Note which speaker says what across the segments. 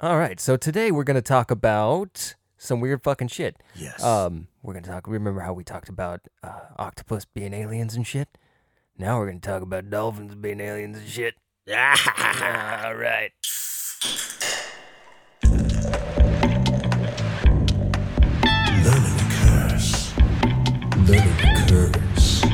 Speaker 1: All right, so today we're gonna talk about some weird fucking shit.
Speaker 2: Yes.
Speaker 1: Um, we're gonna talk. Remember how we talked about uh, octopus being aliens and shit? Now we're gonna talk about dolphins being aliens and shit. All right.
Speaker 2: Learning curse. Learning curse.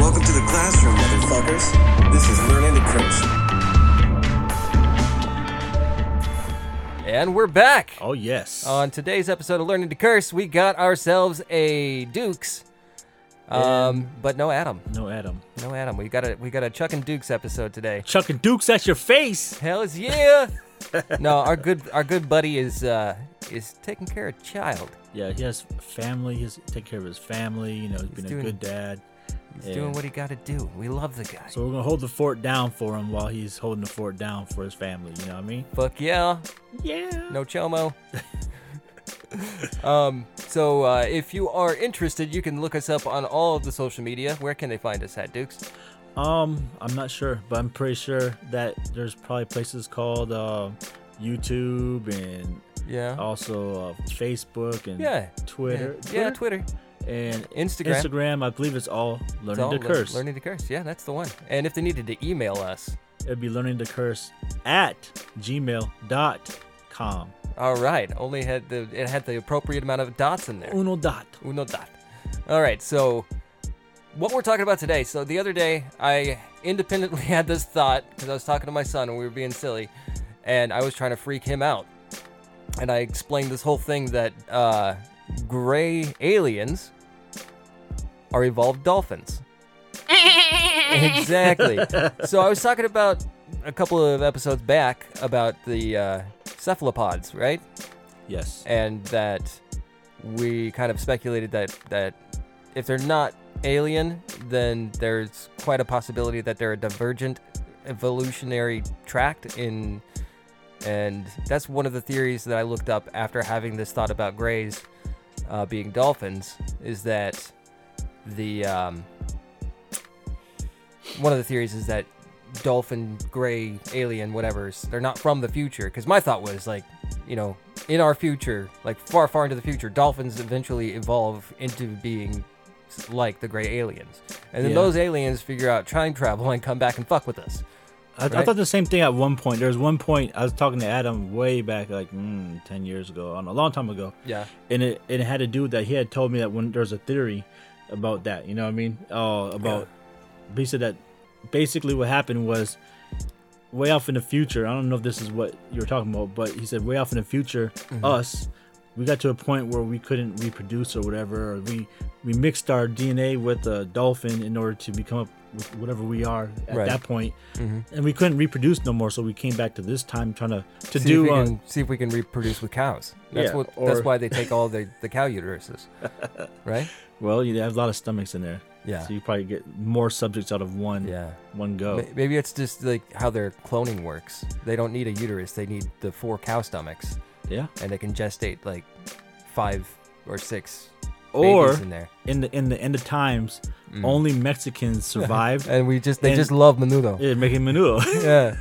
Speaker 3: Welcome to the classroom, motherfuckers. This is Learning to Curse.
Speaker 1: And we're back.
Speaker 2: Oh yes.
Speaker 1: On today's episode of Learning to Curse, we got ourselves a Dukes, um, but no Adam.
Speaker 2: no, Adam.
Speaker 1: No Adam. We got a we got a Chuck and Dukes episode today.
Speaker 2: Chucking Dukes at your face.
Speaker 1: Hell is yeah. no, our good our good buddy is uh, is taking care of child.
Speaker 4: Yeah, he has family. He's taking care of his family. You know, he's been
Speaker 1: doing-
Speaker 4: a good dad.
Speaker 1: He's doing what he got to do. We love the guy.
Speaker 4: So we're gonna hold the fort down for him while he's holding the fort down for his family. You know what I mean?
Speaker 1: Fuck yeah.
Speaker 4: Yeah.
Speaker 1: No chomo. um, so uh, if you are interested, you can look us up on all of the social media. Where can they find us at Dukes?
Speaker 4: Um, I'm not sure, but I'm pretty sure that there's probably places called uh, YouTube and
Speaker 1: Yeah.
Speaker 4: also uh, Facebook and
Speaker 1: yeah.
Speaker 4: Twitter.
Speaker 1: Yeah, yeah, Twitter.
Speaker 4: and
Speaker 1: Instagram.
Speaker 4: Instagram. I believe it's all learning
Speaker 1: It's all
Speaker 4: to
Speaker 1: Lear-
Speaker 4: curse.
Speaker 1: Learning to curse. Yeah, that's the one. And if they needed to email us.
Speaker 4: It'd be learning to curse at gmail.com.
Speaker 1: All right. Only had the it had the appropriate amount of dots in there.
Speaker 4: Uno dot.
Speaker 1: Uno dot. All right, so what we're talking about today. So the other day, I independently had this thought because I was talking to my son and we were being silly, and I was trying to freak him out, and I explained this whole thing that uh, gray aliens are evolved dolphins. exactly. So I was talking about a couple of episodes back about the uh, cephalopods, right?
Speaker 4: Yes.
Speaker 1: and that we kind of speculated that that if they're not alien, then there's quite a possibility that they're a divergent evolutionary tract in and that's one of the theories that I looked up after having this thought about grays uh, being dolphins is that the um, one of the theories is that dolphin gray alien whatever's they're not from the future because my thought was like you know in our future like far far into the future dolphins eventually evolve into being s- like the gray aliens and then
Speaker 4: Yeah.
Speaker 1: those aliens figure out time travel and come back and fuck with us
Speaker 4: I, I
Speaker 1: right?
Speaker 4: thought the same thing at one point. There was one point I was talking to Adam way back, like mm, ten years ago, I don't know, a long time ago,
Speaker 1: yeah
Speaker 4: and it and it had to do with that he had told me that when there's a theory about that, you know what I mean? Oh, about he said that basically what happened was way off in the future. I don't know if this is what you're talking about, but he said way off in the future,
Speaker 1: Mm-hmm.
Speaker 4: us. We got to a point where we couldn't reproduce or whatever. Or we we mixed our DNA with a dolphin in order to become up with whatever we are at
Speaker 1: Right. Mm-hmm.
Speaker 4: that point and we couldn't reproduce no more, so we came back to this time trying to
Speaker 1: see
Speaker 4: to
Speaker 1: if
Speaker 4: do
Speaker 1: we
Speaker 4: uh,
Speaker 1: can, see if we can reproduce with cows. That's
Speaker 4: Yeah,
Speaker 1: what. That's
Speaker 4: or-
Speaker 1: why they take all the the cow uteruses, right?
Speaker 4: well, you have a lot of stomachs in there,
Speaker 1: Yeah.
Speaker 4: So you probably get more subjects out of one,
Speaker 1: Yeah.
Speaker 4: one go.
Speaker 1: May- Maybe it's just like how their cloning works. They don't need a uterus. They need the four cow stomachs,
Speaker 4: Yeah,
Speaker 1: and they can gestate like five or six
Speaker 4: or
Speaker 1: babies in there. Mm.
Speaker 4: in the in the end of times, only Mexicans survived.
Speaker 1: And we just they
Speaker 4: And-
Speaker 1: just love menudo.
Speaker 4: yeah, making menudo.
Speaker 1: Yeah.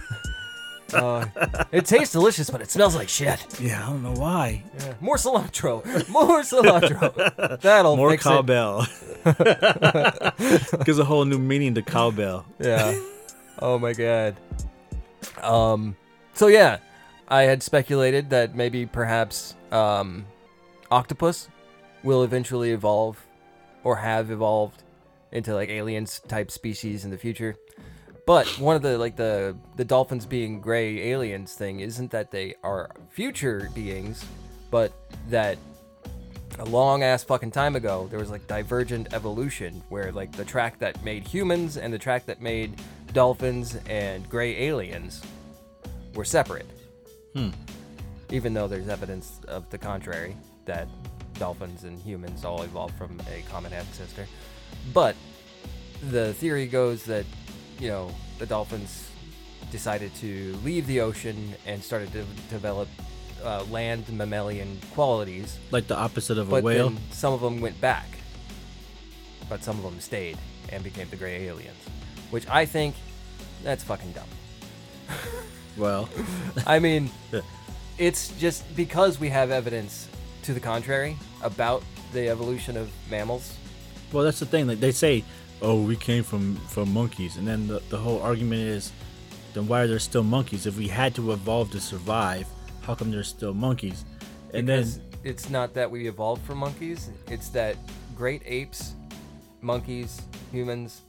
Speaker 1: Uh, It tastes delicious, but it smells like shit.
Speaker 4: Yeah, I don't know why.
Speaker 1: Yeah. More cilantro. More cilantro. That'll
Speaker 4: More
Speaker 1: fix it.
Speaker 4: cowbell. Gives a whole new meaning to cowbell.
Speaker 1: Yeah. Oh my god. Um. So yeah, I had speculated that maybe perhaps um, octopus will eventually evolve, or have evolved, into like aliens type species in the future. But one of the like the the dolphins being gray aliens thing isn't that they are future beings, but that a long ass fucking time ago, there was like divergent evolution where like the track that made humans and the track that made dolphins and gray aliens were separate. Even though there's evidence of the contrary that dolphins and humans all evolved from a common ancestor. But the theory goes that, you know, the dolphins decided to leave the ocean and started to develop uh, land mammalian qualities
Speaker 4: Like the opposite of a
Speaker 1: but
Speaker 4: whale.
Speaker 1: then some of them went back, but some of them stayed and became the gray aliens, which I think that's fucking dumb.
Speaker 4: Well,
Speaker 1: I mean, it's just because we have evidence to the contrary about the evolution of mammals.
Speaker 4: well, that's the thing. Like they say, oh, we came from from monkeys, and then the, the whole argument is, then why are there still monkeys? If we had to evolve to survive, how come there's still monkeys? And
Speaker 1: because
Speaker 4: then
Speaker 1: it's not that we evolved from monkeys; it's that great apes, monkeys, humans,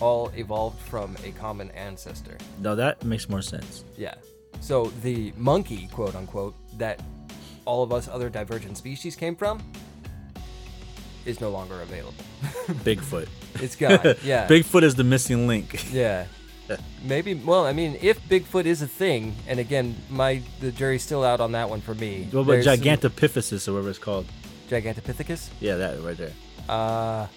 Speaker 1: all evolved from a common ancestor.
Speaker 4: now that makes more sense.
Speaker 1: Yeah. So the monkey, quote unquote, that all of us other divergent species came from is no longer available.
Speaker 4: Bigfoot.
Speaker 1: It's gone. Yeah.
Speaker 4: Bigfoot is the missing link.
Speaker 1: Yeah. Maybe. Well, I mean, if Bigfoot is a thing, and again, my the jury's still out on that one for me.
Speaker 4: What about
Speaker 1: There's some-
Speaker 4: Gigantopithecus or whatever it's called?
Speaker 1: Gigantopithecus?
Speaker 4: Yeah, that right there.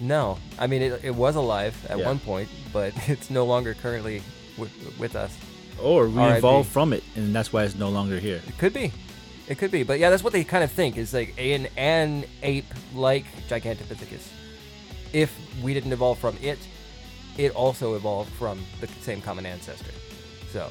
Speaker 1: No. I mean, it, it was alive at
Speaker 4: Yeah.
Speaker 1: one point, but it's no longer currently with, with us.
Speaker 4: Or we
Speaker 1: R.I.P..
Speaker 4: evolved from it, and that's why it's no longer here.
Speaker 1: It could be. It could be. But yeah, that's what they kind of think is like an an ape like Gigantopithecus. If we didn't evolve from it, it also evolved from the same common ancestor. So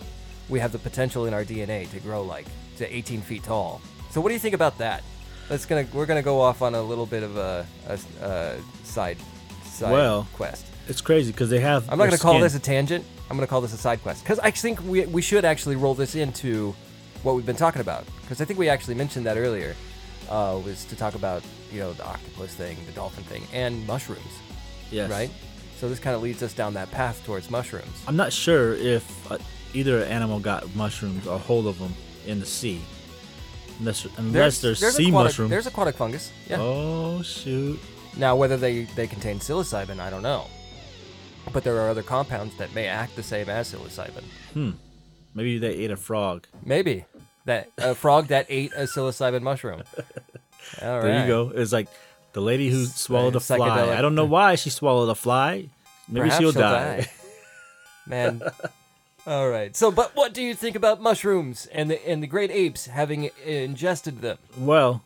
Speaker 1: we have the potential in our DNA to grow like to 18 feet tall. So what do you think about that? That's gonna we're gonna go off on a little bit of a, a, a side side
Speaker 4: Well,
Speaker 1: quest.
Speaker 4: It's crazy because they have.
Speaker 1: I'm not
Speaker 4: their
Speaker 1: going to call
Speaker 4: skin.
Speaker 1: this a tangent. I'm going to call this a side quest because I think we, we should actually roll this into what we've been talking about because I think we actually mentioned that earlier uh, was to talk about you know the octopus thing, the dolphin thing, and mushrooms,
Speaker 4: Yes.
Speaker 1: right? So this kind of leads us down that path towards mushrooms.
Speaker 4: I'm not sure if uh, either animal got mushrooms or whole of them in the sea, unless unless there's, sea
Speaker 1: aquatic,
Speaker 4: mushrooms.
Speaker 1: There's aquatic fungus. Yeah.
Speaker 4: Oh shoot!
Speaker 1: Now whether they they contain psilocybin, I don't know, but there are other compounds that may act the same as psilocybin.
Speaker 4: Maybe they ate a frog.
Speaker 1: Maybe that a frog that ate a psilocybin mushroom. All
Speaker 4: There
Speaker 1: right.
Speaker 4: you go. It's like the lady who swallowed a fly.
Speaker 1: psychedelic.
Speaker 4: I don't know why she swallowed a fly. Maybe
Speaker 1: Perhaps
Speaker 4: she'll,
Speaker 1: she'll
Speaker 4: die.
Speaker 1: die. Man. All right. So, but what do you think about mushrooms and the and the great apes having ingested them?
Speaker 4: Well,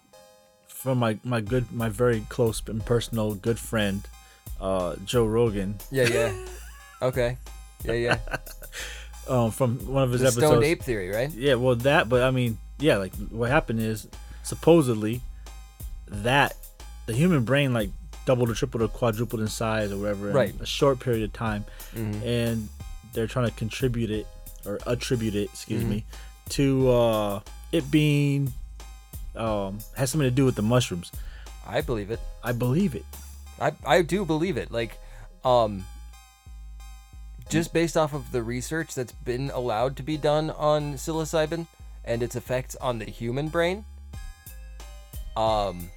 Speaker 4: from my my good my very close and personal good friend, uh, Joe Rogan,
Speaker 1: Yeah, yeah. Okay. Yeah, yeah.
Speaker 4: um, from one of his
Speaker 1: The
Speaker 4: episodes.
Speaker 1: stoned ape theory, right?
Speaker 4: Yeah, well, that, but I mean, yeah, like what happened is supposedly that the human brain like doubled or tripled or quadrupled in size or whatever in
Speaker 1: Right. Mm-hmm.
Speaker 4: a short period of time, and they're trying to contribute it or attribute it, excuse me,
Speaker 1: Mm-hmm.
Speaker 4: to uh, it being um, has something to do with the mushrooms.
Speaker 1: I believe it.
Speaker 4: I believe it.
Speaker 1: I I do believe it. Like, um, just based off of the research that's been allowed to be done on psilocybin and its effects on the human brain, um,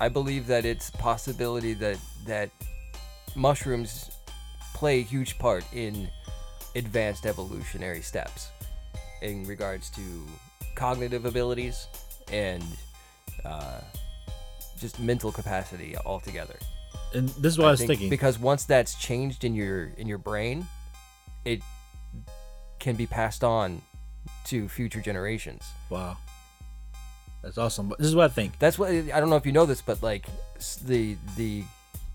Speaker 1: I believe that it's a possibility that that mushrooms play a huge part in advanced evolutionary steps in regards to cognitive abilities and uh, just mental capacity altogether.
Speaker 4: And this is what I, was
Speaker 1: think
Speaker 4: thinking.
Speaker 1: because once that's changed in your in your brain, it can be passed on to future generations.
Speaker 4: wow, that's awesome. But this is what I think.
Speaker 1: That's what I don't know if you know this, but like s- the the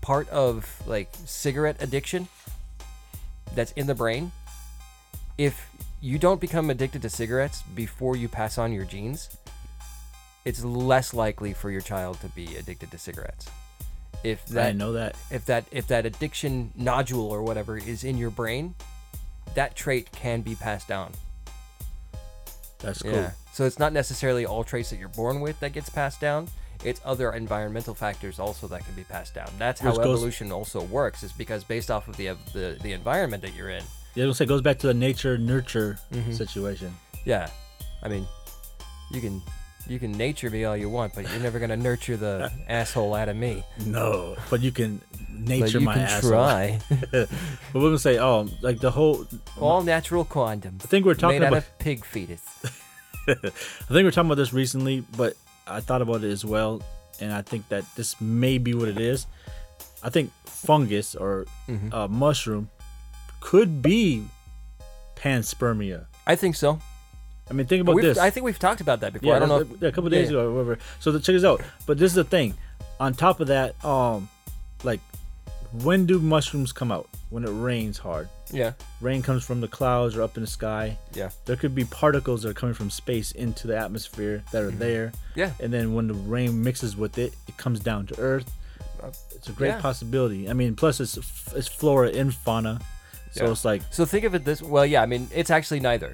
Speaker 1: part of like cigarette addiction that's in the brain if you don't become addicted to cigarettes before you pass on your genes, it's less likely for your child to be addicted to cigarettes. If
Speaker 4: I
Speaker 1: that
Speaker 4: didn't know that.
Speaker 1: if that if that addiction nodule or whatever is in your brain, that trait can be passed down.
Speaker 4: That's cool.
Speaker 1: Yeah. So it's not necessarily all traits that you're born with that gets passed down. It's other environmental factors also that can be passed down. That's how
Speaker 4: Which goes-
Speaker 1: evolution also works. Is because based off of the the, the environment that you're in.
Speaker 4: Yeah, I was gonna say it goes back to the nature nurture
Speaker 1: Mm-hmm.
Speaker 4: situation.
Speaker 1: Yeah. I mean, you can you can nature me all you want, but you're never gonna nurture the asshole out of me.
Speaker 4: No, but you can
Speaker 1: But
Speaker 4: nature
Speaker 1: you
Speaker 4: my
Speaker 1: can
Speaker 4: ass. off.
Speaker 1: try.
Speaker 4: But we're gonna say, oh, like the whole.
Speaker 1: all natural condoms.
Speaker 4: I think we're talking
Speaker 1: made
Speaker 4: about-
Speaker 1: out of pig fetus.
Speaker 4: I think we we're talking about this recently, but I thought about it as well, and I think that this may be what it is. I think fungus or
Speaker 1: Mm-hmm.
Speaker 4: uh, mushroom could be panspermia.
Speaker 1: I think so.
Speaker 4: I mean, think about
Speaker 1: We've-
Speaker 4: this.
Speaker 1: I think we've talked about that before. I don't know.
Speaker 4: that's-
Speaker 1: if-
Speaker 4: yeah, a couple days
Speaker 1: yeah.
Speaker 4: ago or whatever. So the, check this out. But this is the thing. On top of that, um, like, when do mushrooms come out? When it rains hard.
Speaker 1: Yeah.
Speaker 4: Rain comes from the clouds or up in the sky.
Speaker 1: Yeah.
Speaker 4: There could be particles that are coming from space into the atmosphere that are there.
Speaker 1: Mm-hmm. Yeah.
Speaker 4: And then when the rain mixes with it, it comes down to Earth. It's a great
Speaker 1: yeah.
Speaker 4: possibility. I mean, plus it's f- it's flora and fauna, so
Speaker 1: Yeah.
Speaker 4: it's like
Speaker 1: So think of it this. Well, yeah. I mean, it's actually neither.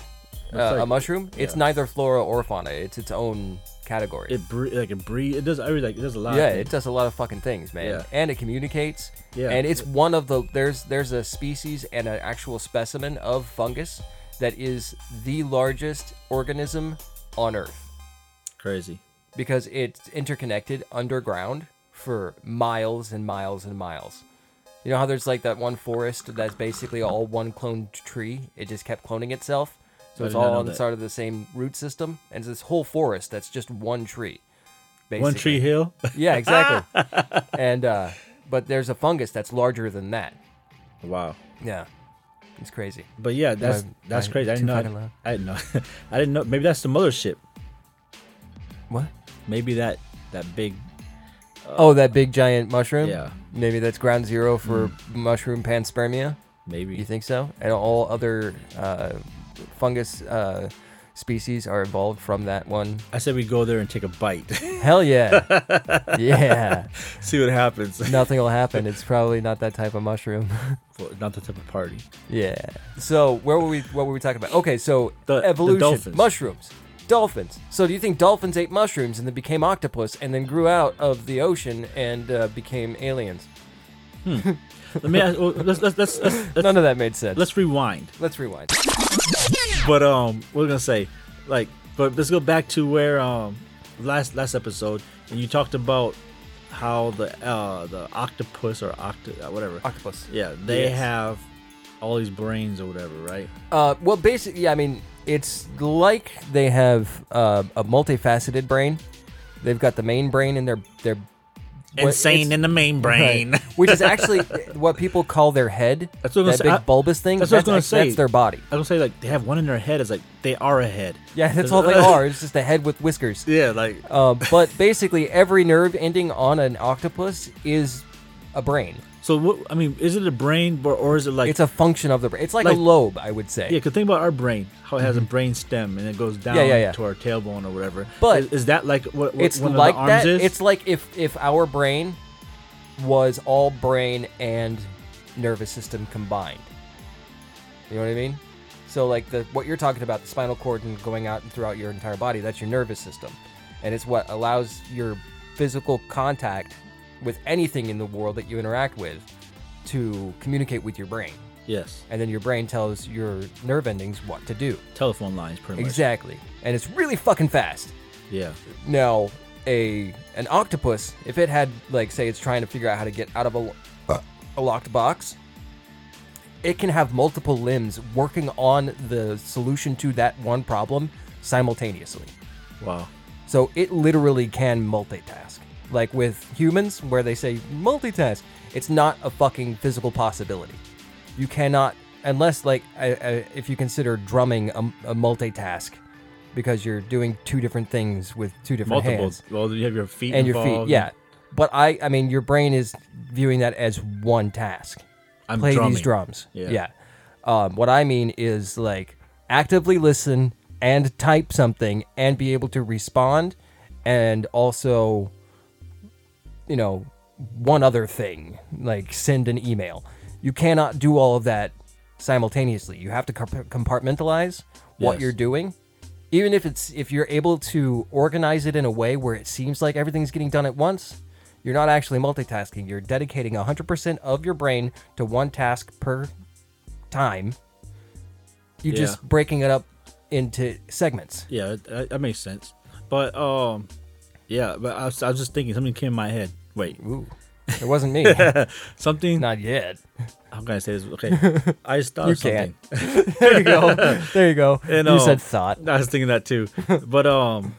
Speaker 1: Uh, a
Speaker 4: like-
Speaker 1: mushroom. It's
Speaker 4: yeah.
Speaker 1: neither flora or fauna. It's its own category.
Speaker 4: it bre- like it breathe. It does. I mean, like it does a lot. of
Speaker 1: yeah,
Speaker 4: things.
Speaker 1: it does a lot of fucking things, man.
Speaker 4: Yeah.
Speaker 1: And it communicates.
Speaker 4: Yeah.
Speaker 1: And it's one of the there's there's a species and an actual specimen of fungus that is the largest organism on Earth
Speaker 4: crazy.
Speaker 1: because it's interconnected underground for miles and miles and miles. You know how there's like that one forest that's basically all one cloned tree? It just kept cloning itself. So
Speaker 4: I
Speaker 1: it's
Speaker 4: did not
Speaker 1: all
Speaker 4: know
Speaker 1: on the
Speaker 4: that.
Speaker 1: side of the same root system. And it's this whole forest that's just one tree. Basically.
Speaker 4: One Tree Hill.
Speaker 1: Yeah, exactly. and, uh, but there's a fungus that's larger than that.
Speaker 4: wow.
Speaker 1: Yeah. It's crazy.
Speaker 4: But yeah, that's
Speaker 1: I-
Speaker 4: that's
Speaker 1: I-
Speaker 4: crazy. I
Speaker 1: too
Speaker 4: didn't
Speaker 1: fat and
Speaker 4: know.
Speaker 1: loud.
Speaker 4: I didn't know. I didn't know. Maybe that's the mothership.
Speaker 1: What?
Speaker 4: Maybe that that big.
Speaker 1: oh, that big giant mushroom?
Speaker 4: Yeah. Mm.
Speaker 1: Maybe that's ground zero for mushroom panspermia?
Speaker 4: Maybe
Speaker 1: You think so? And all other uh, fungus uh, species are evolved from that one.
Speaker 4: I said we go there and take a bite,
Speaker 1: Hell yeah, yeah.
Speaker 4: see what happens.
Speaker 1: Nothing will happen. It's probably not that type of mushroom.
Speaker 4: Well, not the type of party.
Speaker 1: yeah. So where were we? What were we talking about? Okay, so
Speaker 4: The- the
Speaker 1: evolution,
Speaker 4: dolphins.
Speaker 1: mushrooms, dolphins. So do you think dolphins ate mushrooms and then became octopus and then grew out of the ocean and uh, became aliens?
Speaker 4: Let me. Ask, well, let's let's let's let's, let's,
Speaker 1: None of that made sense.
Speaker 4: let's rewind.
Speaker 1: let's rewind.
Speaker 4: But um, what we're gonna say, like, but let's go back to where um, last last episode, and you talked about how the uh the octopus or octo uh, whatever
Speaker 1: Octopus.
Speaker 4: yeah they
Speaker 1: Yes.
Speaker 4: have all these brains or whatever right
Speaker 1: Uh, well, basically, yeah, I mean, it's like they have uh, a multifaceted brain. They've got the main brain and their their what-
Speaker 4: insane
Speaker 1: it's-
Speaker 4: in the main brain.
Speaker 1: right, which is actually what people call their head.
Speaker 4: That's what I was
Speaker 1: that
Speaker 4: gonna say,
Speaker 1: big
Speaker 4: I-
Speaker 1: bulbous thing.
Speaker 4: that's what I was gonna
Speaker 1: act- that's
Speaker 4: say.
Speaker 1: their body.
Speaker 4: I don't say like they have one in their head. It's like they are a head.
Speaker 1: Yeah, that's all they are. It's just a head with whiskers.
Speaker 4: yeah, like
Speaker 1: Uh, but basically, every nerve ending on an octopus is a brain.
Speaker 4: so. What I mean is it a brain or, or is it like
Speaker 1: It's a function of the brain. It's like,
Speaker 4: Like-
Speaker 1: a lobe, I would say.
Speaker 4: yeah? Cause think about our brain, how it has a brain stem and it goes down
Speaker 1: Mm-hmm. Yeah, yeah, yeah.
Speaker 4: to our tailbone or whatever.
Speaker 1: But
Speaker 4: is, is that like what, what
Speaker 1: it's
Speaker 4: one
Speaker 1: like
Speaker 4: of the arms
Speaker 1: that.
Speaker 4: is?
Speaker 1: It's like if if our brain was all brain and nervous system combined. You know what I mean? So like the what you're talking about, the spinal cord and going out and throughout your entire body, that's your nervous system, and it's what allows your physical contact with anything in the world that you interact with to communicate with your brain,
Speaker 4: yes,
Speaker 1: and then your brain tells your nerve endings what to do.
Speaker 4: telephone lines pretty much.
Speaker 1: Exactly, and it's really fucking fast.
Speaker 4: Yeah,
Speaker 1: Now, a an octopus, if it had like say it's trying to figure out how to get out of a, lo- a locked box, it can have multiple limbs working on the solution to that one problem simultaneously.
Speaker 4: wow.
Speaker 1: So it literally can multitask. Like with humans where they say multitask, it's not a fucking physical possibility. You cannot unless like I, I, if you consider drumming a, a multitask because you're doing two different things with two different
Speaker 4: Multiple.
Speaker 1: hands
Speaker 4: Well, you have your feet
Speaker 1: and your feet.
Speaker 4: involved.
Speaker 1: Yeah. But I, I mean, your brain is viewing that as one task.
Speaker 4: I'm
Speaker 1: Play
Speaker 4: drumming.
Speaker 1: these drums.
Speaker 4: Yeah.
Speaker 1: Yeah. Um, what I mean is like actively listen and type something and be able to respond and also, you know, one other thing, like send an email. You cannot do all of that simultaneously. You have to comp- compartmentalize what
Speaker 4: Yes.
Speaker 1: you're doing. Even if it's if you're able to organize it in a way where it seems like everything's getting done at once, you're not actually multitasking. You're dedicating 100% of your brain to one task per time. You're just
Speaker 4: Yeah.
Speaker 1: breaking it up into segments.
Speaker 4: Yeah, that, that makes sense. But um, yeah, but I was, I was just thinking something came in my head. Wait,
Speaker 1: Ooh. It wasn't me.
Speaker 4: something?
Speaker 1: not yet.
Speaker 4: I'm gonna say this. Okay, I just thought
Speaker 1: You
Speaker 4: of something.
Speaker 1: There you go. There you go.
Speaker 4: And,
Speaker 1: you
Speaker 4: um,
Speaker 1: said thought.
Speaker 4: I was thinking that too. But um,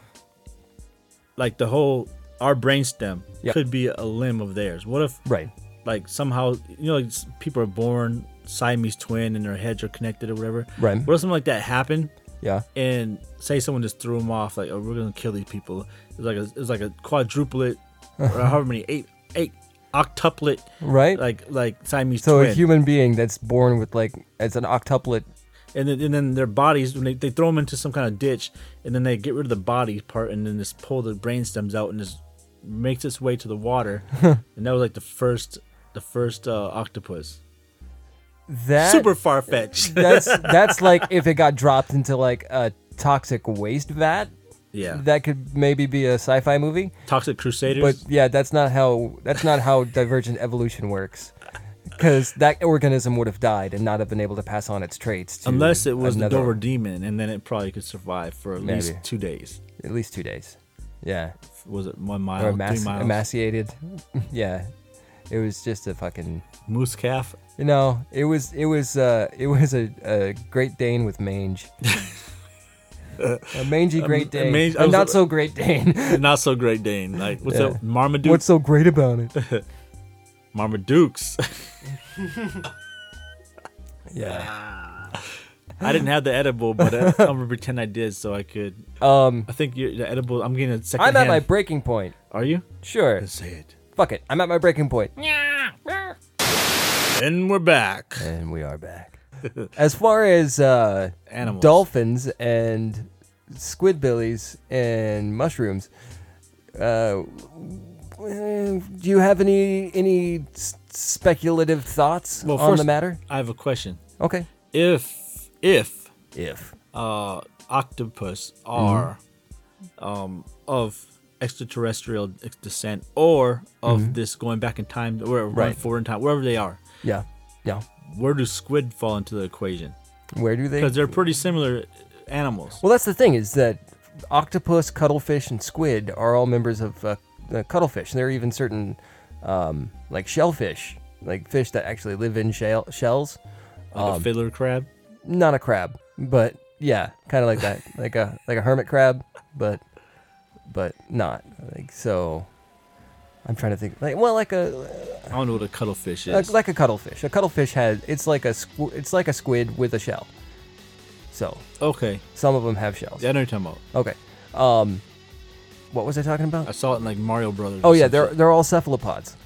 Speaker 4: like the whole our brainstem
Speaker 1: Yep.
Speaker 4: could be a limb of theirs. What if
Speaker 1: Right.
Speaker 4: like somehow you know like, s- people are born Siamese twin and their heads are connected or whatever?
Speaker 1: Right.
Speaker 4: What if something like that happened?
Speaker 1: Yeah.
Speaker 4: and say someone just threw them off, like, oh, we're gonna kill these people. It's like a, it's like a quadruplet, or however many eight eight octuplet,
Speaker 1: Right.
Speaker 4: like like Siamese
Speaker 1: So a
Speaker 4: twin.
Speaker 1: human being that's born with like as an octuplet.
Speaker 4: and then and then their bodies when they, they throw them into some kind of ditch, and then they get rid of the body part, and then just pull the brain stems out, and just makes its way to the water, and that was like the first the first uh, octopus.
Speaker 1: That
Speaker 4: Super far fetched.
Speaker 1: that's that's like if it got dropped into like a toxic waste vat.
Speaker 4: yeah,
Speaker 1: That could maybe be a sci-fi movie,
Speaker 4: toxic crusaders.
Speaker 1: but yeah, that's not how that's not how divergent evolution works. Because that organism would have died and not have been able to pass on its traits. To
Speaker 4: Unless it was
Speaker 1: another,
Speaker 4: the Dover demon, and then it probably could survive for at least
Speaker 1: Maybe.
Speaker 4: two days.
Speaker 1: at least two days. Yeah.
Speaker 4: was it one mile,
Speaker 1: or
Speaker 4: Oh, three
Speaker 1: emaci-
Speaker 4: miles?
Speaker 1: emaciated. yeah, it was just a fucking.
Speaker 4: Moose calf.
Speaker 1: You know, it was it was uh it was a, a Great Dane with mange. a mangy Great Dane.
Speaker 4: mange- I
Speaker 1: a
Speaker 4: was-
Speaker 1: not so Great Dane.
Speaker 4: Not so great Dane. Like what's
Speaker 1: Yeah.
Speaker 4: up, Marmaduke?
Speaker 1: What's so great about it?
Speaker 4: Marmadukes?
Speaker 1: Yeah.
Speaker 4: I didn't have the edible, but uh, I'm gonna pretend I did so I could.
Speaker 1: Um,
Speaker 4: I think you're, the edible. I'm getting a second.
Speaker 1: I'm at my
Speaker 4: hand.
Speaker 1: breaking point.
Speaker 4: Are you?
Speaker 1: Sure.
Speaker 4: Let's say it.
Speaker 1: Fuck it. I'm at my breaking point.
Speaker 4: And we're back.
Speaker 1: And we are back. as far as uh,
Speaker 4: Animals.
Speaker 1: dolphins and squidbillies and mushrooms, uh, eh, do you have any any s- speculative thoughts
Speaker 4: Well,
Speaker 1: on
Speaker 4: first-
Speaker 1: the matter?
Speaker 4: I have a question.
Speaker 1: Okay.
Speaker 4: If if
Speaker 1: If
Speaker 4: uh, octopus are
Speaker 1: Mm-hmm.
Speaker 4: um, of extraterrestrial descent or of this going back in time, or
Speaker 1: Mm-hmm. Right.
Speaker 4: forward in time, wherever they are,
Speaker 1: yeah, yeah.
Speaker 4: where do squid fall into the equation?
Speaker 1: Where do they?
Speaker 4: Because they're pretty similar animals.
Speaker 1: Well, that's the thing is that octopus, cuttlefish, and squid are all members of uh, the cuttlefish. There are even certain um, like shellfish, like fish that actually live in shell- shells.
Speaker 4: Like
Speaker 1: Um,
Speaker 4: a fiddler crab.
Speaker 1: Not a crab, but yeah, kind of like that, like a like a hermit crab, but but not like so. I'm trying to think like well like a
Speaker 4: I don't know what a cuttlefish
Speaker 1: like,
Speaker 4: is.
Speaker 1: like a cuttlefish. A cuttlefish has it's like a squ- it's like a squid with a shell. So
Speaker 4: okay,
Speaker 1: some of them have shells.
Speaker 4: yeah, I know what you're talking about.
Speaker 1: Okay. Um, what was I talking about?
Speaker 4: I saw it in like Mario Brothers.
Speaker 1: Oh
Speaker 4: or
Speaker 1: yeah,
Speaker 4: some
Speaker 1: they're
Speaker 4: shit.
Speaker 1: they're all cephalopods.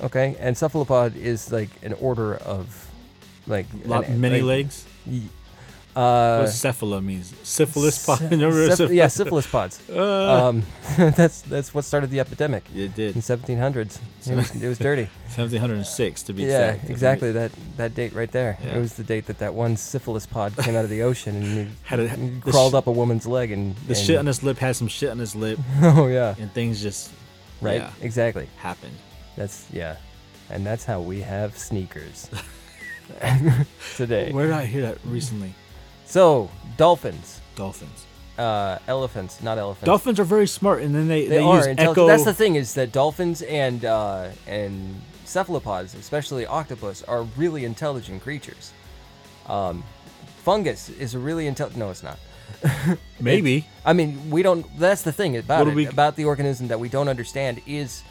Speaker 1: Okay, and cephalopod is like an order of like
Speaker 4: lot
Speaker 1: an-
Speaker 4: many
Speaker 1: like-
Speaker 4: legs.
Speaker 1: y-
Speaker 4: What
Speaker 1: Uh,
Speaker 4: cephala means syphilis. pod-
Speaker 1: ce-
Speaker 4: Remember
Speaker 1: ceph-
Speaker 4: syph-
Speaker 1: yeah, syphilis pods. um, that's that's what started the epidemic
Speaker 4: It
Speaker 1: in
Speaker 4: did.
Speaker 1: 1700s. It was, it was dirty.
Speaker 4: 1706 to be
Speaker 1: yeah,
Speaker 4: exact.
Speaker 1: exactly. That that date right there.
Speaker 4: Yeah.
Speaker 1: It was the date that that one syphilis pod came out of the ocean and
Speaker 4: Had a-
Speaker 1: he
Speaker 4: the
Speaker 1: crawled
Speaker 4: sh-
Speaker 1: up a woman's leg and
Speaker 4: The
Speaker 1: and-
Speaker 4: shit on his lip had some shit on his lip,
Speaker 1: Oh yeah,
Speaker 4: and things just
Speaker 1: right.
Speaker 4: yeah,
Speaker 1: Exactly.
Speaker 4: happened.
Speaker 1: That's yeah, and that's how we have sneakers today.
Speaker 4: Where did I hear that recently?
Speaker 1: So dolphins,
Speaker 4: Dolphins.
Speaker 1: uh, elephants, not elephants.
Speaker 4: Dolphins are very smart, and then they
Speaker 1: they,
Speaker 4: use
Speaker 1: are
Speaker 4: echo.
Speaker 1: intelligent. That's the thing is that dolphins and uh, and cephalopods, especially octopus, are really intelligent creatures. Um, fungus is a really intelligent. No, it's not.
Speaker 4: Maybe
Speaker 1: I mean, we don't. That's the thing
Speaker 4: What
Speaker 1: about
Speaker 4: do
Speaker 1: it.
Speaker 4: we-
Speaker 1: About the organism that we don't understand is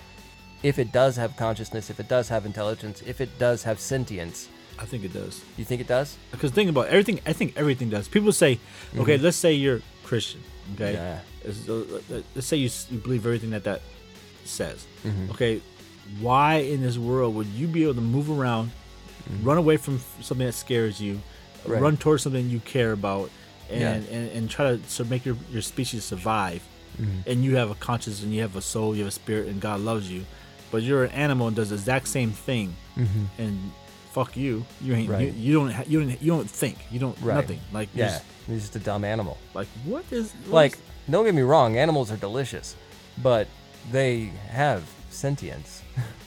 Speaker 1: if it does have consciousness, if it does have intelligence, if it does have sentience.
Speaker 4: I think it does.
Speaker 1: You think it does?
Speaker 4: because think about it, everything. I think everything does. People say, okay, let's say you're Christian, okay,
Speaker 1: Mm-hmm. Yeah.
Speaker 4: Let's- uh, let's say you, s- you believe everything that that says,
Speaker 1: Mm-hmm.
Speaker 4: okay. Why in this world would you be able to move around, run away from f- something that scares you,
Speaker 1: Mm-hmm. Right.
Speaker 4: Run towards something you care about, and
Speaker 1: Yeah.
Speaker 4: and, and try to so make your your species survive.
Speaker 1: Mm-hmm.
Speaker 4: And you have a conscience, and you have a soul, you have a spirit, and God loves you. But you're an animal and does the exact same thing, and fuck you. You ain't.
Speaker 1: Mm-hmm. Right.
Speaker 4: You, you don't. Ha- you don't. You don't think. You don't.
Speaker 1: Right.
Speaker 4: Nothing. Like
Speaker 1: yeah,
Speaker 4: yeah. Just,
Speaker 1: you're just a dumb animal.
Speaker 4: like what is what
Speaker 1: Like,
Speaker 4: is-
Speaker 1: don't get me wrong, animals are delicious, but they have sentience.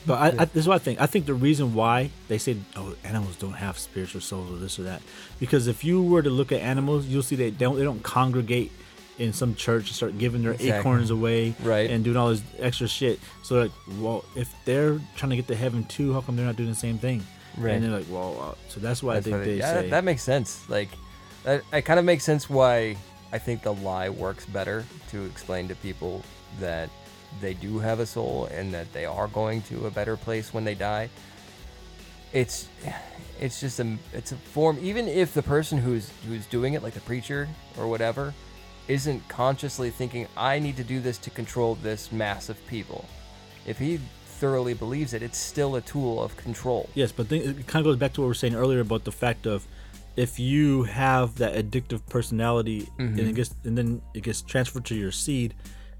Speaker 4: But I, I, this is what I think. I think the reason why they say, "Oh, animals don't have spiritual souls" or this or that, because if you were to look at animals, you'll see they don't they don't congregate in some church and start giving their
Speaker 1: Exactly.
Speaker 4: acorns away,
Speaker 1: Right.
Speaker 4: and doing all this extra shit. So like, well, if they're trying to get to heaven too, how come they're not doing the same thing?
Speaker 1: Right.
Speaker 4: And they're like, well, uh, so that's why
Speaker 1: That's
Speaker 4: I
Speaker 1: what
Speaker 4: think
Speaker 1: it-
Speaker 4: they
Speaker 1: yeah,
Speaker 4: say
Speaker 1: that, that makes sense. Like, that, it kind of makes sense why I think the lie works better to explain to people that they do have a soul and that they are going to a better place when they die. It's, it's just a, it's a form. Even if the person who's who's doing it, like the preacher or whatever, isn't consciously thinking, "I need to do this to control this mass of people," if he thoroughly believes it, it's still a tool of control.
Speaker 4: Yes, but then it kind of goes back to what we were saying earlier about the fact of if you have that addictive personality
Speaker 1: Mm-hmm.
Speaker 4: and it gets and then it gets transferred to your seed,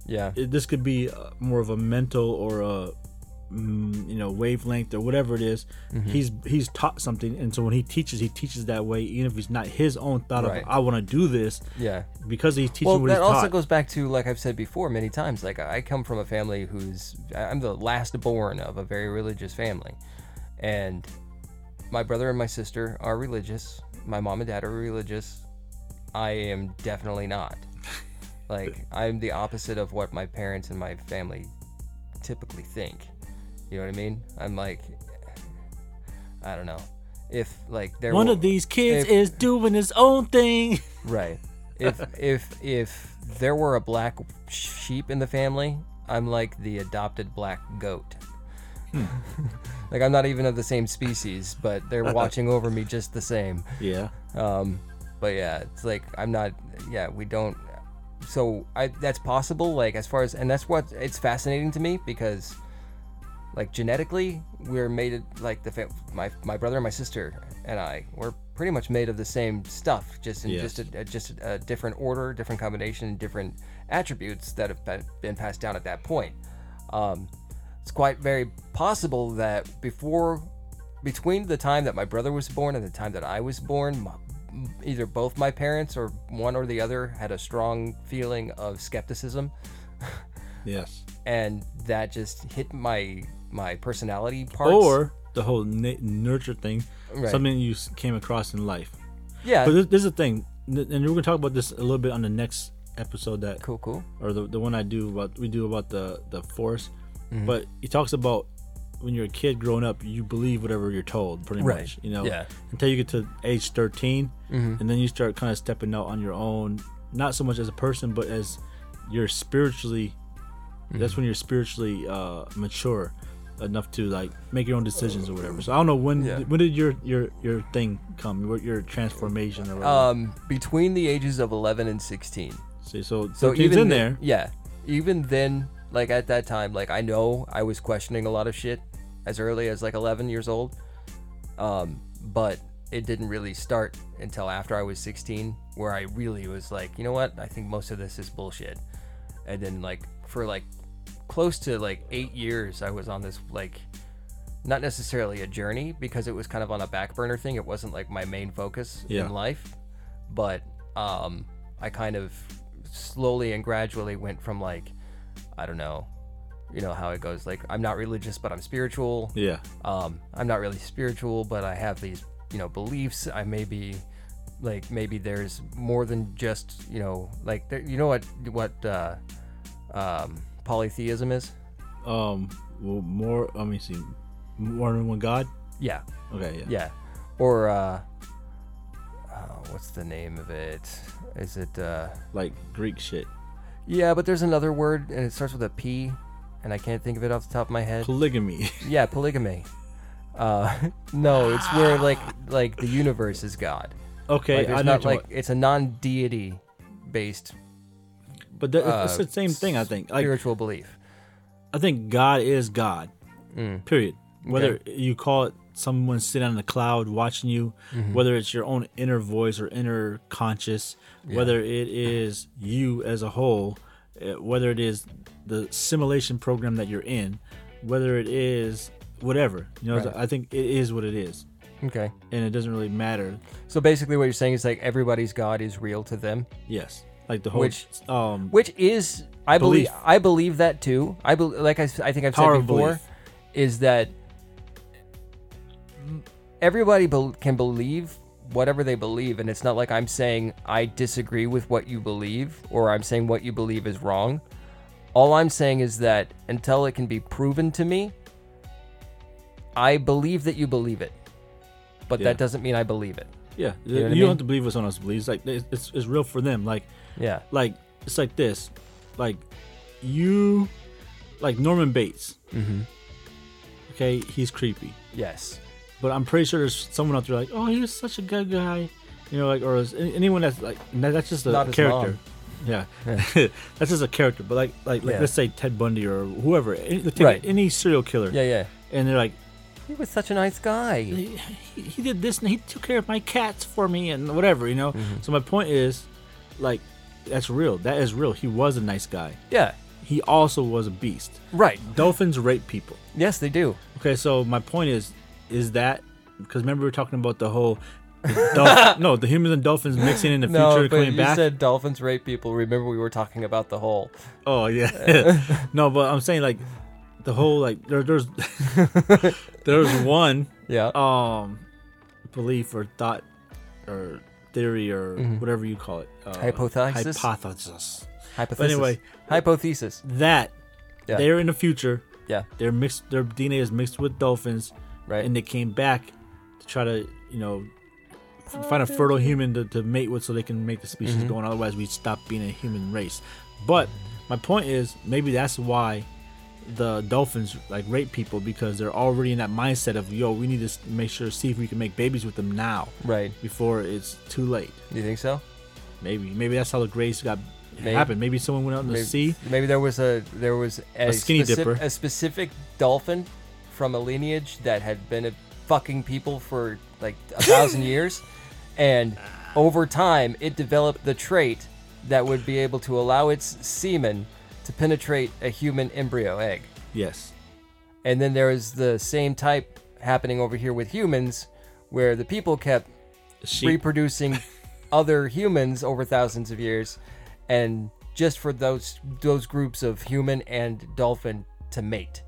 Speaker 1: Yeah.
Speaker 4: it, this could be uh, more of a mental or a mm, you know wavelength or whatever it is.
Speaker 1: Mm-hmm.
Speaker 4: He's he's taught something, and so when he teaches, he teaches that way, even if it's not his own thought
Speaker 1: Right.
Speaker 4: of I want to do this.
Speaker 1: Yeah.
Speaker 4: because he's teaching
Speaker 1: Well,
Speaker 4: what
Speaker 1: that
Speaker 4: he's
Speaker 1: also
Speaker 4: taught.
Speaker 1: goes back to like I've said before many times. Like I come from a family who's I- I'm the last born of a very religious family, and my brother and my sister are religious. My mom and dad are religious. I am definitely not. Like I'm the opposite of what my parents and my family typically think. You know what I mean? I'm like, I don't know. If like there
Speaker 4: One
Speaker 1: were-
Speaker 4: of these kids
Speaker 1: if-
Speaker 4: is doing his own thing.
Speaker 1: Right. If if if there were a black sheep in the family, I'm like the adopted black goat. like I'm not even of the same species, but they're watching over me just the same.
Speaker 4: yeah,
Speaker 1: Um, but yeah, it's like I'm not. Yeah, we don't. So I that's possible. Like as far as and that's what it's fascinating to me because, like genetically, we're made of- like the fa- my my brother and my sister and I we're pretty much made of the same stuff, just in
Speaker 4: Yes.
Speaker 1: just a, a- just a different order, different combination, different attributes that have been- been passed down at that point. Um, it's quite very possible that before between the time that my brother was born and the time that I was born, my, either both my parents or one or the other had a strong feeling of skepticism,
Speaker 4: yes.
Speaker 1: and that just hit my my personality parts.
Speaker 4: Or the whole na- nurture thing,
Speaker 1: Right.
Speaker 4: something you s- came across in life.
Speaker 1: yeah,
Speaker 4: But this, this is the thing, n- and we're gonna talk about this a little bit on the next episode that
Speaker 1: cool, cool.
Speaker 4: or the, the one I do about we do about the the force,
Speaker 1: Mm-hmm.
Speaker 4: but he talks about when you're a kid growing up, you believe whatever you're told, pretty
Speaker 1: Right.
Speaker 4: much. You know,
Speaker 1: Yeah. Mm-hmm.
Speaker 4: until you get to age 13 and then you start kind of stepping out on your own, not so much as a person, but as you're spiritually.
Speaker 1: Mm-hmm.
Speaker 4: That's when you're spiritually uh, mature enough to like make your own decisions or whatever. So I don't know when
Speaker 1: Yeah.
Speaker 4: when did your your your thing come, your, your transformation or whatever.
Speaker 1: Um, between the ages of eleven and sixteen.
Speaker 4: so so,
Speaker 1: So
Speaker 4: thirteen's
Speaker 1: even
Speaker 4: in
Speaker 1: th-
Speaker 4: there,
Speaker 1: yeah, even then, like at that time, like I know I was questioning a lot of shit as early as like 11 years old, um, but it didn't really start until after I was 16, where I really was like, you know what, I think most of this is bullshit, and then like for like close to like eight years, I was on this like not necessarily a journey because it was kind of on a back burner thing. It wasn't like my main focus
Speaker 4: Yeah.
Speaker 1: in life, but um, I kind of slowly and gradually went from like, I don't know, you know how it goes. Like I'm not religious, but I'm spiritual.
Speaker 4: yeah.
Speaker 1: Um, I'm not really spiritual, but I have these, you know, beliefs. I may be, like, maybe there's more than just, you know, like, there, you know what, what, uh, um, polytheism is?
Speaker 4: um well, more let me see more than one god
Speaker 1: Yeah,
Speaker 4: okay yeah
Speaker 1: yeah or uh oh, what's the name of it is it uh
Speaker 4: like greek shit
Speaker 1: yeah but there's another word and it starts with a p and i can't think of it off the top of my head
Speaker 4: polygamy
Speaker 1: yeah polygamy uh no it's where like like the universe is god
Speaker 4: okay
Speaker 1: like,
Speaker 4: i
Speaker 1: it's
Speaker 4: know
Speaker 1: not
Speaker 4: what you're
Speaker 1: like
Speaker 4: talking
Speaker 1: it's a non-deity based
Speaker 4: about. but that, it's
Speaker 1: uh,
Speaker 4: the same thing i think like
Speaker 1: spiritual belief Mm.
Speaker 4: i think god is god period whether you call it someone sitting on the cloud watching you,
Speaker 1: Mm-hmm.
Speaker 4: whether it's your own inner voice or inner conscious, whether it is you as a whole, uh, whether it is the simulation program that you're in, whether it is whatever. You know, I think it is what it is,
Speaker 1: Okay.
Speaker 4: and it doesn't really matter.
Speaker 1: So basically, what you're saying is like everybody's god is real to them.
Speaker 4: Yes, like the whole
Speaker 1: Which-
Speaker 4: um
Speaker 1: which is I
Speaker 4: Belief.
Speaker 1: believe I believe that too. I believe, like I, s- I think I've
Speaker 4: Power
Speaker 1: said
Speaker 4: of
Speaker 1: before,
Speaker 4: belief.
Speaker 1: is that everybody bel can believe whatever they believe, and it's not like I'm saying I disagree with what you believe or I'm saying what you believe is wrong. All I'm saying is that until it can be proven to me, I believe that you believe it, but
Speaker 4: Yeah.
Speaker 1: that doesn't mean I believe it.
Speaker 4: yeah, you,
Speaker 1: know what I
Speaker 4: don't
Speaker 1: mean?
Speaker 4: have to believe what someone else believes. Like it's, it's it's real for them. Like
Speaker 1: Yeah.
Speaker 4: like it's like this like you like norman bates mm-hmm. okay he's creepy
Speaker 1: Yes.
Speaker 4: but i'm pretty sure there's someone out there like oh he was such a good guy you know like or is any- anyone that's like that- that's just a
Speaker 1: Not his
Speaker 4: character
Speaker 1: mom.
Speaker 4: yeah, that's just a character but like like, like
Speaker 1: Yeah.
Speaker 4: let's say ted bundy or whoever any, take
Speaker 1: Right.
Speaker 4: any serial killer
Speaker 1: Yeah. Yeah.
Speaker 4: and they're like
Speaker 1: He was such a nice guy.
Speaker 4: he, he did this and he took care of my cats for me and whatever you know
Speaker 1: Mm-hmm.
Speaker 4: so my point is like that's real that is real he was a nice guy
Speaker 1: Yeah.
Speaker 4: he also was a beast.
Speaker 1: Right.
Speaker 4: Dolphins rape people.
Speaker 1: Yes, they do.
Speaker 4: Okay, so my point is, is that because remember we were talking about the whole, the dolphin, no, the humans and dolphins mixing in the future
Speaker 1: No,
Speaker 4: and
Speaker 1: but
Speaker 4: coming
Speaker 1: you
Speaker 4: back.
Speaker 1: said dolphins rape people. Remember, we were talking about the whole.
Speaker 4: oh yeah, no, but I'm saying like the whole like there, there's there's one
Speaker 1: Yeah.
Speaker 4: um belief or thought or theory or whatever you call it uh,
Speaker 1: Mm-hmm. Hypothesis?
Speaker 4: hypothesis
Speaker 1: hypothesis.
Speaker 4: anyway-
Speaker 1: hypothesis.
Speaker 4: that
Speaker 1: Yeah.
Speaker 4: they're in the future
Speaker 1: Yeah.
Speaker 4: they're mixed their DNA is mixed with dolphins
Speaker 1: Right.
Speaker 4: and they came back to try to you know f- find a fertile human to, to mate with so they can make the species
Speaker 1: Mm-hmm.
Speaker 4: go on otherwise we stop being a human race but my point is maybe that's why the dolphins like rape people because they're already in that mindset of yo we need to s- make sure see if we can make babies with them now
Speaker 1: Right.
Speaker 4: before it's too late
Speaker 1: You think so?
Speaker 4: maybe maybe that's how the grays got
Speaker 1: Maybe.
Speaker 4: happened maybe someone went out in
Speaker 1: Maybe,
Speaker 4: the sea
Speaker 1: maybe there was a there was a,
Speaker 4: A skinny
Speaker 1: speci-
Speaker 4: dipper.
Speaker 1: a specific dolphin from a lineage that had been a fucking people for like a thousand years, and over time it developed the trait that would be able to allow its semen to penetrate a human embryo egg.
Speaker 4: yes
Speaker 1: And then there is the same type happening over here with humans, where the people kept
Speaker 4: she
Speaker 1: reproducing other humans over thousands of years, and just for those those groups of human and dolphin to mate.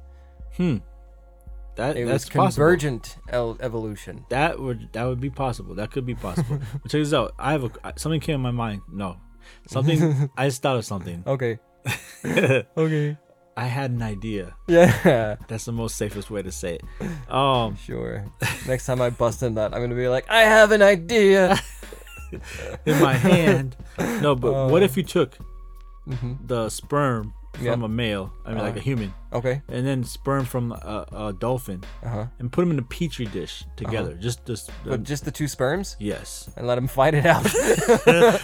Speaker 4: that,
Speaker 1: It
Speaker 4: that's
Speaker 1: was
Speaker 4: possible.
Speaker 1: convergent el- evolution.
Speaker 4: That would that would be possible. That could be possible. but check this out. I have a something came in my mind. No, something. I just thought of something.
Speaker 1: Okay. okay.
Speaker 4: I had an idea.
Speaker 1: Yeah.
Speaker 4: That's the most safest way to say it. Um,
Speaker 1: Sure. Next time I bust in that, I'm gonna be like, I have an idea.
Speaker 4: in my hand. No, but what if you took the sperm from
Speaker 1: Uh, mm-hmm. Yeah. Uh.
Speaker 4: a male? I mean, like a human,
Speaker 1: Okay.
Speaker 4: and then sperm from a, a dolphin, and put them in a petri dish together. Just this.
Speaker 1: Uh-huh. But just the two sperms
Speaker 4: yes,
Speaker 1: and let them fight it out.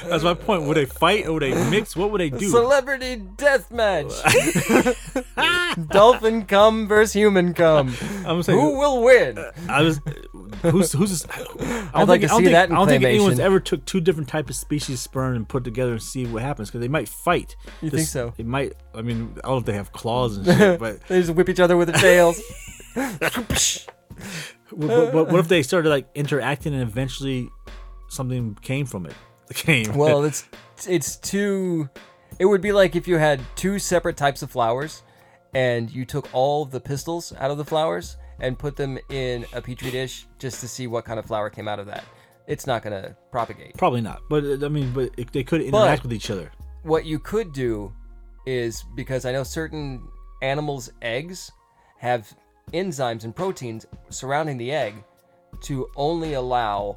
Speaker 4: that's my point. Would they fight or would they mix? What would they do?
Speaker 1: Celebrity death match. Dolphin cum versus human cum.
Speaker 4: I'm saying
Speaker 1: Who will win?
Speaker 4: I was who's who's. I
Speaker 1: I'd
Speaker 4: don't
Speaker 1: like to
Speaker 4: think, I don't
Speaker 1: see
Speaker 4: think-
Speaker 1: that in
Speaker 4: I don't think anyone's
Speaker 1: claymation.
Speaker 4: ever took two different type of species sperm and put together and see what happens because they might fight.
Speaker 1: You
Speaker 4: This-
Speaker 1: think so?
Speaker 4: It might. I mean, I don't know if they have claws and shit, but,
Speaker 1: They just whip each other with their tails.
Speaker 4: but, but what if they started like interacting and eventually something came from it? Came.
Speaker 1: well, it's it's too. It would be like if you had two separate types of flowers, and you took all the pistils out of the flowers and put them in a petri dish just to see what kind of flower came out of that. It's not gonna propagate.
Speaker 4: probably not. But uh, I mean, but it, they could interact with each other.
Speaker 1: what you could do is because I know certain animals' eggs have enzymes and proteins surrounding the egg to only allow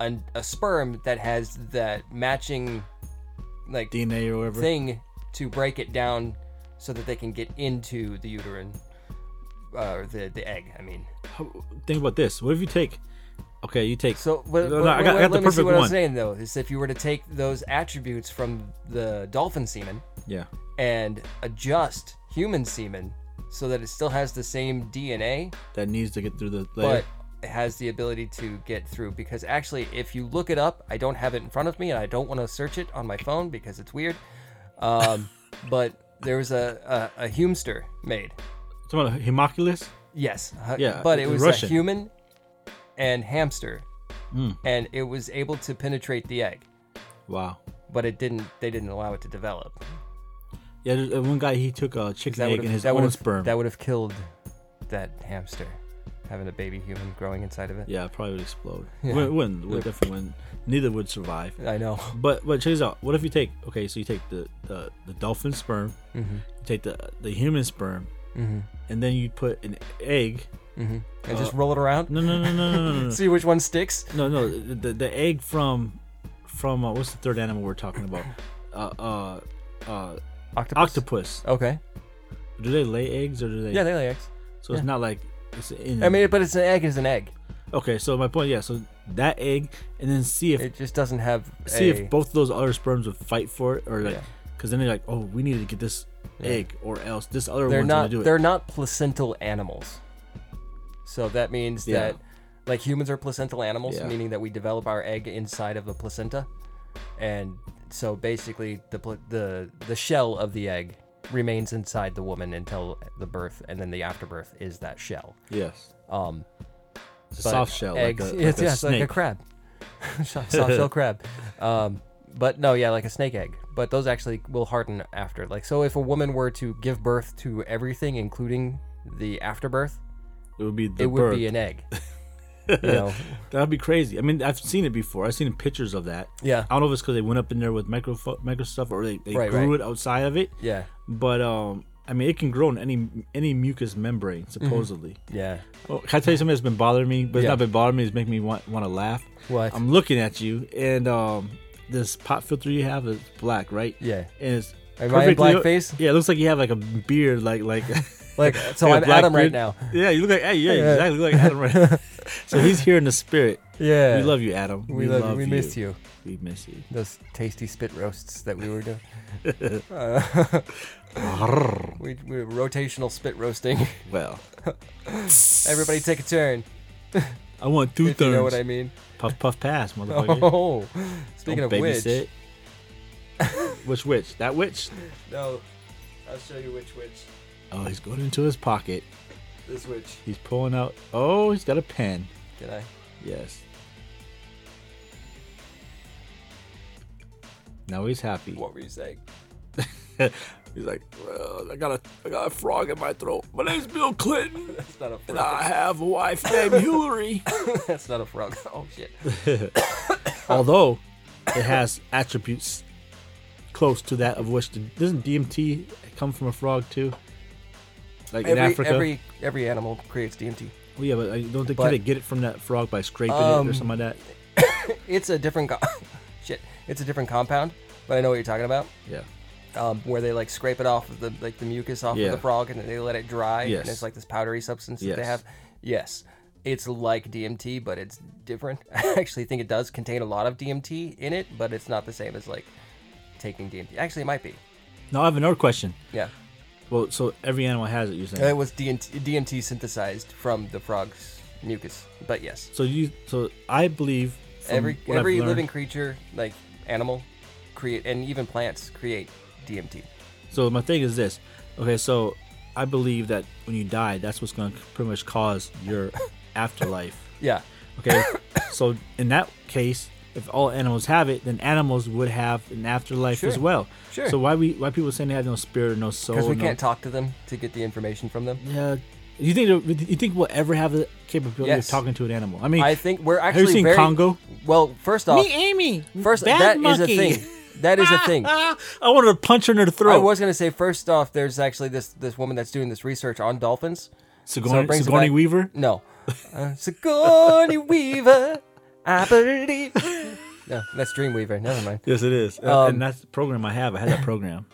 Speaker 1: an, a sperm that has that matching like
Speaker 4: DNA or whatever.
Speaker 1: thing to break it down so that they can get into the uterine uh, or the the egg. I mean,
Speaker 4: Think about this. What if you take? Okay, you take.
Speaker 1: so but,
Speaker 4: No, no,
Speaker 1: but-
Speaker 4: I got,
Speaker 1: let-
Speaker 4: I got the
Speaker 1: let me see
Speaker 4: perfect
Speaker 1: what I'm
Speaker 4: one.
Speaker 1: saying though is if you were to take those attributes from the dolphin semen
Speaker 4: Yeah.
Speaker 1: and adjust human semen so that it still has the same DNA,
Speaker 4: that needs to get through the layer.
Speaker 1: but it has the ability to get through. Because actually, if you look it up, I don't have it in front of me, and I don't want to search it on my phone because it's weird. Um, but there was a a, a humester made.
Speaker 4: Talking about Hemoculus?
Speaker 1: Yes. hu-
Speaker 4: Yeah,
Speaker 1: But
Speaker 4: it-
Speaker 1: it was
Speaker 4: Russian. Hmm.
Speaker 1: a human and hamster, and it was able to penetrate the egg,
Speaker 4: Wow.
Speaker 1: but it didn't. They didn't allow it to develop.
Speaker 4: Yeah, there's, uh, one guy he took a chicken egg
Speaker 1: would've-
Speaker 4: and his
Speaker 1: that
Speaker 4: own
Speaker 1: would've-
Speaker 4: sperm.
Speaker 1: That would have killed that hamster, having a baby human growing inside of it.
Speaker 4: yeah, probably would explode. Wouldn't, wouldn't, would definitely wouldn't. Neither would survive.
Speaker 1: I know.
Speaker 4: But but check this out. What if you take okay? So you take the the, the dolphin sperm,
Speaker 1: Mm-hmm.
Speaker 4: you take the the human sperm, and then you put an egg.
Speaker 1: And just roll it around,
Speaker 4: No no no no no no no
Speaker 1: see which one sticks.
Speaker 4: no no the, the, the egg from from uh, what's the third animal we're talking about? Uh uh uh
Speaker 1: Octopus.
Speaker 4: octopus.
Speaker 1: Okay.
Speaker 4: Do they lay eggs or do they?
Speaker 1: Yeah, they lay eggs.
Speaker 4: so it's not like it's in.
Speaker 1: I mean, but it's an egg. Is an egg.
Speaker 4: okay. So my point, yeah. So that egg, and then see if
Speaker 1: It just doesn't have.
Speaker 4: see
Speaker 1: a,
Speaker 4: if both of those other sperms would fight for it or like
Speaker 1: Yeah.
Speaker 4: because then they're like oh we need to get this egg or else this other
Speaker 1: They're
Speaker 4: one's
Speaker 1: not.
Speaker 4: gonna do
Speaker 1: They're
Speaker 4: it
Speaker 1: not placental animals. So that means
Speaker 4: Yeah.
Speaker 1: that, like humans are placental animals,
Speaker 4: Yeah.
Speaker 1: meaning that we develop our egg inside of a placenta, and so basically the pla- the the shell of the egg remains inside the woman until the birth, and then the afterbirth is that shell.
Speaker 4: yes
Speaker 1: Um,
Speaker 4: it's a
Speaker 1: but
Speaker 4: soft shell
Speaker 1: eggs.
Speaker 4: like a,
Speaker 1: it's,
Speaker 4: like
Speaker 1: yeah,
Speaker 4: a
Speaker 1: it's like a
Speaker 4: snake.
Speaker 1: crab, soft soft shell crab. Um, but no, yeah, like a snake egg. But those actually will harden after. Like so, if a woman were to give birth to everything, including the afterbirth,
Speaker 4: it would be the
Speaker 1: it would be
Speaker 4: bird.
Speaker 1: an egg. you know,
Speaker 4: that'd be crazy I mean I've seen it before I've seen pictures of that
Speaker 1: Yeah.
Speaker 4: I don't know if it's because they went up in there with micro micro stuff or they, they
Speaker 1: Right,
Speaker 4: grew
Speaker 1: right.
Speaker 4: it outside of it
Speaker 1: yeah,
Speaker 4: but um I mean it can grow in any any mucous membrane supposedly
Speaker 1: yeah.
Speaker 4: Oh, can I tell you something that's been bothering me? But it's
Speaker 1: Mm-hmm. Yeah.
Speaker 4: not been bothering me. It's making me want want to laugh.
Speaker 1: What?
Speaker 4: I'm looking at you, and um, this pop filter you have is black, right?
Speaker 1: Yeah.
Speaker 4: And it's
Speaker 1: Am I in
Speaker 4: perfectly-
Speaker 1: blackface?
Speaker 4: Yeah, it looks like you have like a beard, like like.
Speaker 1: Like so,
Speaker 4: like a
Speaker 1: I'm
Speaker 4: black
Speaker 1: Adam right
Speaker 4: beard.
Speaker 1: now.
Speaker 4: Yeah, you look like yeah, yeah, exactly. You look like Adam right. now. so he's here in the spirit.
Speaker 1: Yeah,
Speaker 4: We love you, Adam.
Speaker 1: We, love, you. We missed you.
Speaker 4: We miss you.
Speaker 1: Those tasty spit roasts that we were doing. uh, we, we were rotational spit roasting.
Speaker 4: Well,
Speaker 1: Everybody take a turn.
Speaker 4: I want two
Speaker 1: If
Speaker 4: thirds.
Speaker 1: you know what I mean.
Speaker 4: Puff puff pass, motherfucker.
Speaker 1: Oh, speaking
Speaker 4: Don't
Speaker 1: of which,
Speaker 4: babysit. which witch? That witch?
Speaker 1: no, I'll show you which witch.
Speaker 4: Oh, he's going into his pocket.
Speaker 1: This witch.
Speaker 4: He's pulling out. Oh, he's got a pen.
Speaker 1: Did I?
Speaker 4: Yes. Now he's happy.
Speaker 1: What were you saying?
Speaker 4: He's like, well, I got a, I got a frog in my throat. My name's Bill Clinton,
Speaker 1: That's not a frog.
Speaker 4: and I have a wife named Hillary.
Speaker 1: That's not a frog. Oh shit.
Speaker 4: Although it has attributes close to that of which the, doesn't DMT come from a frog too? Like in
Speaker 1: every,
Speaker 4: Africa.
Speaker 1: every every animal creates DMT.
Speaker 4: well, yeah, but I don't think
Speaker 1: But- Um,
Speaker 4: they get it from that frog by scraping it or something like that.
Speaker 1: It's a different co- shit. It's a different compound, but I know what you're talking about.
Speaker 4: Yeah.
Speaker 1: Um, where they like scrape it off of the like the mucus off
Speaker 4: Yeah.
Speaker 1: of the frog, and then they let it dry,
Speaker 4: Yes.
Speaker 1: and it's like this powdery substance that they
Speaker 4: Yes.
Speaker 1: have. Yes, it's like DMT, but it's different. I actually think it does contain a lot of DMT in it, but it's not the same as like taking DMT. Actually, it might be.
Speaker 4: Now I have another question.
Speaker 1: Yeah.
Speaker 4: Well, so every animal has it. You're saying?
Speaker 1: It was DMT, DMT synthesized from the frog's mucus. But yes,
Speaker 4: So you, so I believe from
Speaker 1: every
Speaker 4: what I've
Speaker 1: every
Speaker 4: learned-
Speaker 1: living creature, like animal, create and even plants create DMT.
Speaker 4: So my thing is this. Okay, so I believe that when you die, that's what's going to pretty much cause your afterlife.
Speaker 1: Yeah,
Speaker 4: Okay, so in that case, if all animals have it, then animals would have an afterlife as
Speaker 1: Sure,
Speaker 4: well.
Speaker 1: sure.
Speaker 4: So why we why people saying they have no spirit, no soul?
Speaker 1: because we
Speaker 4: Oh, no-
Speaker 1: can't talk to them to get the information from them.
Speaker 4: Yeah. You think that- you think we'll ever have the capability
Speaker 1: Yes.
Speaker 4: of talking to an animal? I mean,
Speaker 1: I think we're
Speaker 4: have
Speaker 1: actually
Speaker 4: you seen
Speaker 1: very
Speaker 4: Congo?
Speaker 1: Well, first off,
Speaker 4: Amy.
Speaker 1: first that is a thing. That is a thing.
Speaker 4: Ah, I wanted to punch her in her throat.
Speaker 1: I was gonna say first off, there's actually this this woman that's doing this research on dolphins.
Speaker 4: Sigourney,
Speaker 1: it brings it
Speaker 4: Sigourney
Speaker 1: back-
Speaker 4: Weaver.
Speaker 1: No. Uh, Sigourney Weaver, I believe. No, that's Dreamweaver. Never mind.
Speaker 4: Yes, it is. And-
Speaker 1: Um,
Speaker 4: and that's the program I have. I had that program.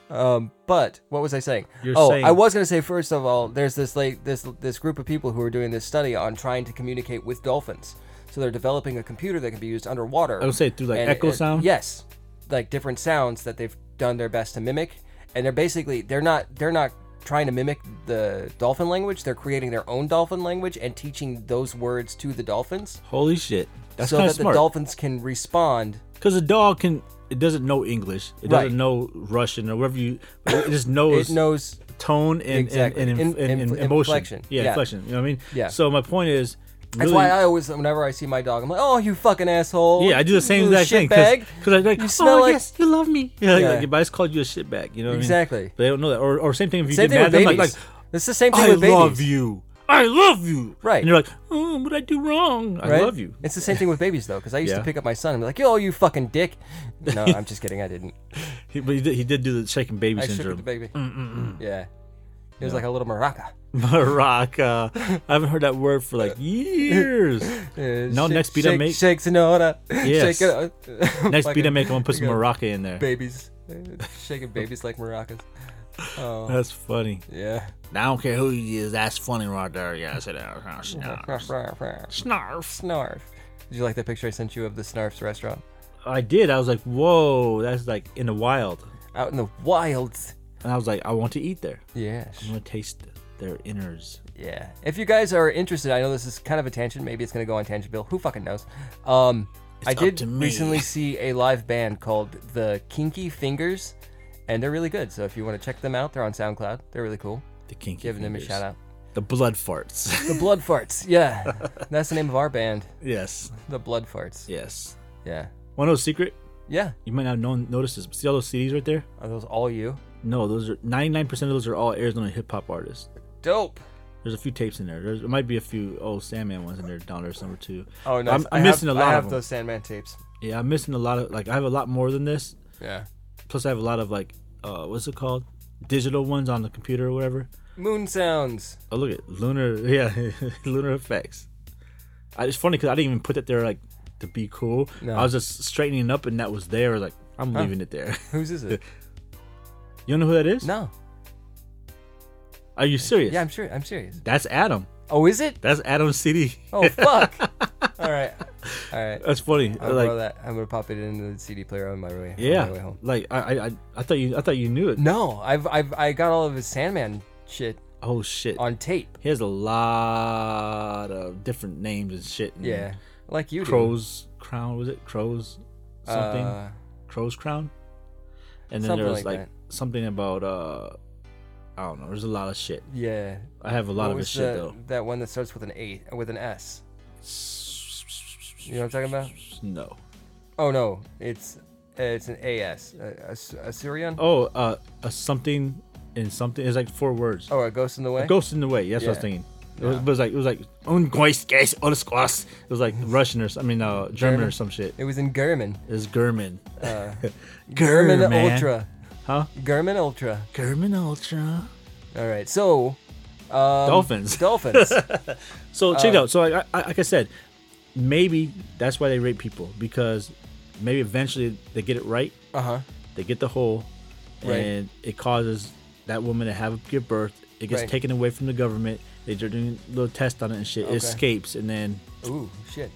Speaker 1: But what was I saying?
Speaker 4: You're
Speaker 1: oh,
Speaker 4: saying-
Speaker 1: I was gonna say first of all, there's this like this this group of people who are doing this study on trying to communicate with dolphins. So they're developing a computer that can be used underwater.
Speaker 4: I would say through, like, echo sound?
Speaker 1: Yes, like different sounds that they've done their best to mimic, and they're basically they're not they're not trying to mimic the dolphin language. They're creating their own dolphin language and teaching those words to the dolphins
Speaker 4: Holy shit. That's
Speaker 1: so
Speaker 4: kind
Speaker 1: that
Speaker 4: of
Speaker 1: the
Speaker 4: smart.
Speaker 1: dolphins can respond.
Speaker 4: Because a dog can, it doesn't know English. It
Speaker 1: Right.
Speaker 4: doesn't know Russian or whatever you. It just knows
Speaker 1: It knows
Speaker 4: tone and
Speaker 1: Exactly.
Speaker 4: and, and,
Speaker 1: In-
Speaker 4: and- and
Speaker 1: inf-
Speaker 4: emotion.
Speaker 1: inflection.
Speaker 4: Yeah,
Speaker 1: Yeah.
Speaker 4: inflection. You know what I mean?
Speaker 1: Yeah.
Speaker 4: So my point is.
Speaker 1: That's
Speaker 4: really-
Speaker 1: why I always, whenever I see my dog, I'm like, "Oh, you fucking asshole!"
Speaker 4: Yeah, I do the same
Speaker 1: little
Speaker 4: exact thing.
Speaker 1: shitbag."
Speaker 4: Because I like,
Speaker 1: You smell
Speaker 4: oh,
Speaker 1: like-
Speaker 4: yes, you love me. Yeah,
Speaker 1: Yeah.
Speaker 4: Like, if I just called you a shitbag, you know what I mean?
Speaker 1: Exactly.
Speaker 4: But they don't know that. Or, or same thing if you
Speaker 1: Same
Speaker 4: get
Speaker 1: thing with
Speaker 4: mad at them,
Speaker 1: babies.
Speaker 4: like, like
Speaker 1: it's the same thing
Speaker 4: I
Speaker 1: with babies.
Speaker 4: love you. I love you.
Speaker 1: Right.
Speaker 4: And you're like, oh, what I do wrong? I
Speaker 1: right?
Speaker 4: love you.
Speaker 1: It's the same thing with babies though, because I used
Speaker 4: Yeah.
Speaker 1: to pick up my son and be like, "Yo, you fucking dick." No, I'm just kidding. I didn't.
Speaker 4: He, but he did, he did do the shaking baby
Speaker 1: I shook
Speaker 4: syndrome. Mm,
Speaker 1: the baby. Yeah, he was like a little maraca.
Speaker 4: Maraca. I haven't heard that word for like years.
Speaker 1: Uh,
Speaker 4: No, next beat I
Speaker 1: shake,
Speaker 4: make-
Speaker 1: shake sonora.
Speaker 4: Yes.
Speaker 1: Shake it, uh,
Speaker 4: Next beat I
Speaker 1: fucking
Speaker 4: make, I'm gonna put some
Speaker 1: fucking
Speaker 4: maraca in there.
Speaker 1: Babies, Uh, shaking babies like maracas. Oh,
Speaker 4: That's funny.
Speaker 1: yeah.
Speaker 4: I don't care who he is. That's funny right there. Yeah, I said that. Snarf. Snarf.
Speaker 1: Snarf. Did you like that picture I sent you of the Snarf's restaurant?
Speaker 4: I did. I was like, whoa, that's like in the wild.
Speaker 1: Out in the wilds.
Speaker 4: And I was like, I want to eat there.
Speaker 1: Yes.
Speaker 4: I'm gonna taste their innards.
Speaker 1: Yeah. If you guys are interested, I know this is kind of a tangent. Maybe it's going to go on tangent, Bill. Who fucking knows? Um, I
Speaker 4: up
Speaker 1: did
Speaker 4: to me.
Speaker 1: recently see a live band called the Kinky Fingers, and they're really good. So if you want to check them out, they're on SoundCloud. They're really cool.
Speaker 4: The kinky.
Speaker 1: Giving them a
Speaker 4: fingers.
Speaker 1: shout out.
Speaker 4: The blood farts.
Speaker 1: The Blood Farts. Yeah. That's the name of our band.
Speaker 4: yes.
Speaker 1: The Blood Farts.
Speaker 4: Yes.
Speaker 1: Yeah.
Speaker 4: One little secret.
Speaker 1: Yeah.
Speaker 4: You might not have known, noticed this. but See all those CDs right there?
Speaker 1: Are those all you?
Speaker 4: No, those are 99% of those are all Arizona hip hop artists.
Speaker 1: Dope.
Speaker 4: There's a few tapes in there. There's, there might be a few old Sandman ones in there down there somewhere too.
Speaker 1: Oh, no.
Speaker 4: I'm, I'm missing a lot
Speaker 1: I have
Speaker 4: of them.
Speaker 1: those Sandman tapes.
Speaker 4: Yeah, I'm missing a lot of like I have a lot more than this.
Speaker 1: Yeah.
Speaker 4: Plus, I have a lot of like uh, what's it called? Digital ones on the computer or whatever.
Speaker 1: Moon Sounds.
Speaker 4: Oh, look at lunar. Yeah, lunar effects. I, it's funny because I didn't even put that there like to be cool.
Speaker 1: No.
Speaker 4: I was just straightening it up and that was there. Like I'm leaving it there.
Speaker 1: Whose is it?
Speaker 4: you don't know who that is?
Speaker 1: no.
Speaker 4: Are you serious?
Speaker 1: Yeah, I'm sure. I'm serious.
Speaker 4: That's Adam.
Speaker 1: Oh, is it?
Speaker 4: That's Adam's CD.
Speaker 1: Oh fuck! All right, all right.
Speaker 4: That's funny.
Speaker 1: I'll
Speaker 4: like
Speaker 1: throw that. I'm gonna pop it into the CD player on my way. on my way
Speaker 4: yeah.
Speaker 1: home.
Speaker 4: Like I, I I I thought you I thought you knew it.
Speaker 1: No, I've I've I got all of his Sandman shit
Speaker 4: Oh shit.
Speaker 1: on tape.
Speaker 4: He has a lot of different names and shit. And
Speaker 1: Yeah, like you. do.
Speaker 4: Crow's crown was it? Crow's something.
Speaker 1: Uh,
Speaker 4: Crow's crown. And then
Speaker 1: something
Speaker 4: there was
Speaker 1: like
Speaker 4: like, something about uh, I don't know. There's a lot of shit.
Speaker 1: yeah.
Speaker 4: I have a lot
Speaker 1: What
Speaker 4: of
Speaker 1: was
Speaker 4: his shit
Speaker 1: the-
Speaker 4: though.
Speaker 1: That one that starts with an A uh, with an S. You know what I'm talking about?
Speaker 4: No.
Speaker 1: Oh no, it's uh, it's an AS. A, a, Syrian. Oh.
Speaker 4: Oh, uh, a something and something is like four words.
Speaker 1: a ghost in the way.
Speaker 4: Ghost in the Way. That's what I was
Speaker 1: Oh, Yeah.
Speaker 4: thinking. It was, but it was like it was like un Geist, Geist, un Squas. It was like Russian or s- I mean uh, German, or some shit.
Speaker 1: It was in German.
Speaker 4: It's German.
Speaker 1: Uh, German
Speaker 4: German.
Speaker 1: Ultra.
Speaker 4: Huh?
Speaker 1: German Ultra.
Speaker 4: German Ultra.
Speaker 1: All right. So. Um, uh,
Speaker 4: Dolphins.
Speaker 1: Dolphins.
Speaker 4: So check it out. So like I, I, like I said, maybe that's why they rate people because maybe eventually they get it right.
Speaker 1: uh huh.
Speaker 4: They get the hole,
Speaker 1: Right.
Speaker 4: and it causes that woman to have give birth. It gets
Speaker 1: Right.
Speaker 4: taken away from the government. They do doing a little test on it and shit. It escapes, and then
Speaker 1: Ooh, shit.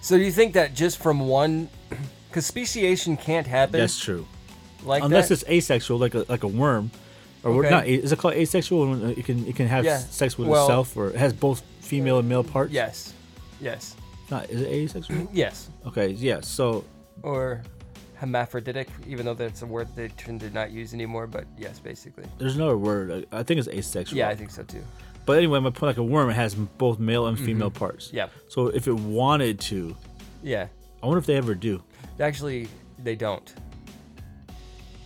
Speaker 1: So you think that just from one, because speciation can't happen
Speaker 4: that's true.
Speaker 1: like
Speaker 4: Unless
Speaker 1: that?
Speaker 4: it's asexual, like a like a worm, or we're
Speaker 1: Okay.
Speaker 4: not. Is it called asexual? When it can it can have
Speaker 1: Yeah.
Speaker 4: sex with
Speaker 1: Well-
Speaker 4: itself, or it has both female and male parts.
Speaker 1: yes, yes,
Speaker 4: Not is it asexual?
Speaker 1: yes,
Speaker 4: okay, yeah. So
Speaker 1: or hermaphroditic, even though that's a word they tend to not use anymore. But yes, basically.
Speaker 4: there's another word. I I think it's asexual.
Speaker 1: Yeah, I think so too.
Speaker 4: But anyway, my point like a worm, it has both male and female parts.
Speaker 1: Mm-hmm. Yeah.
Speaker 4: So if it wanted to,
Speaker 1: Yeah,
Speaker 4: I wonder if they ever do.
Speaker 1: actually, they don't.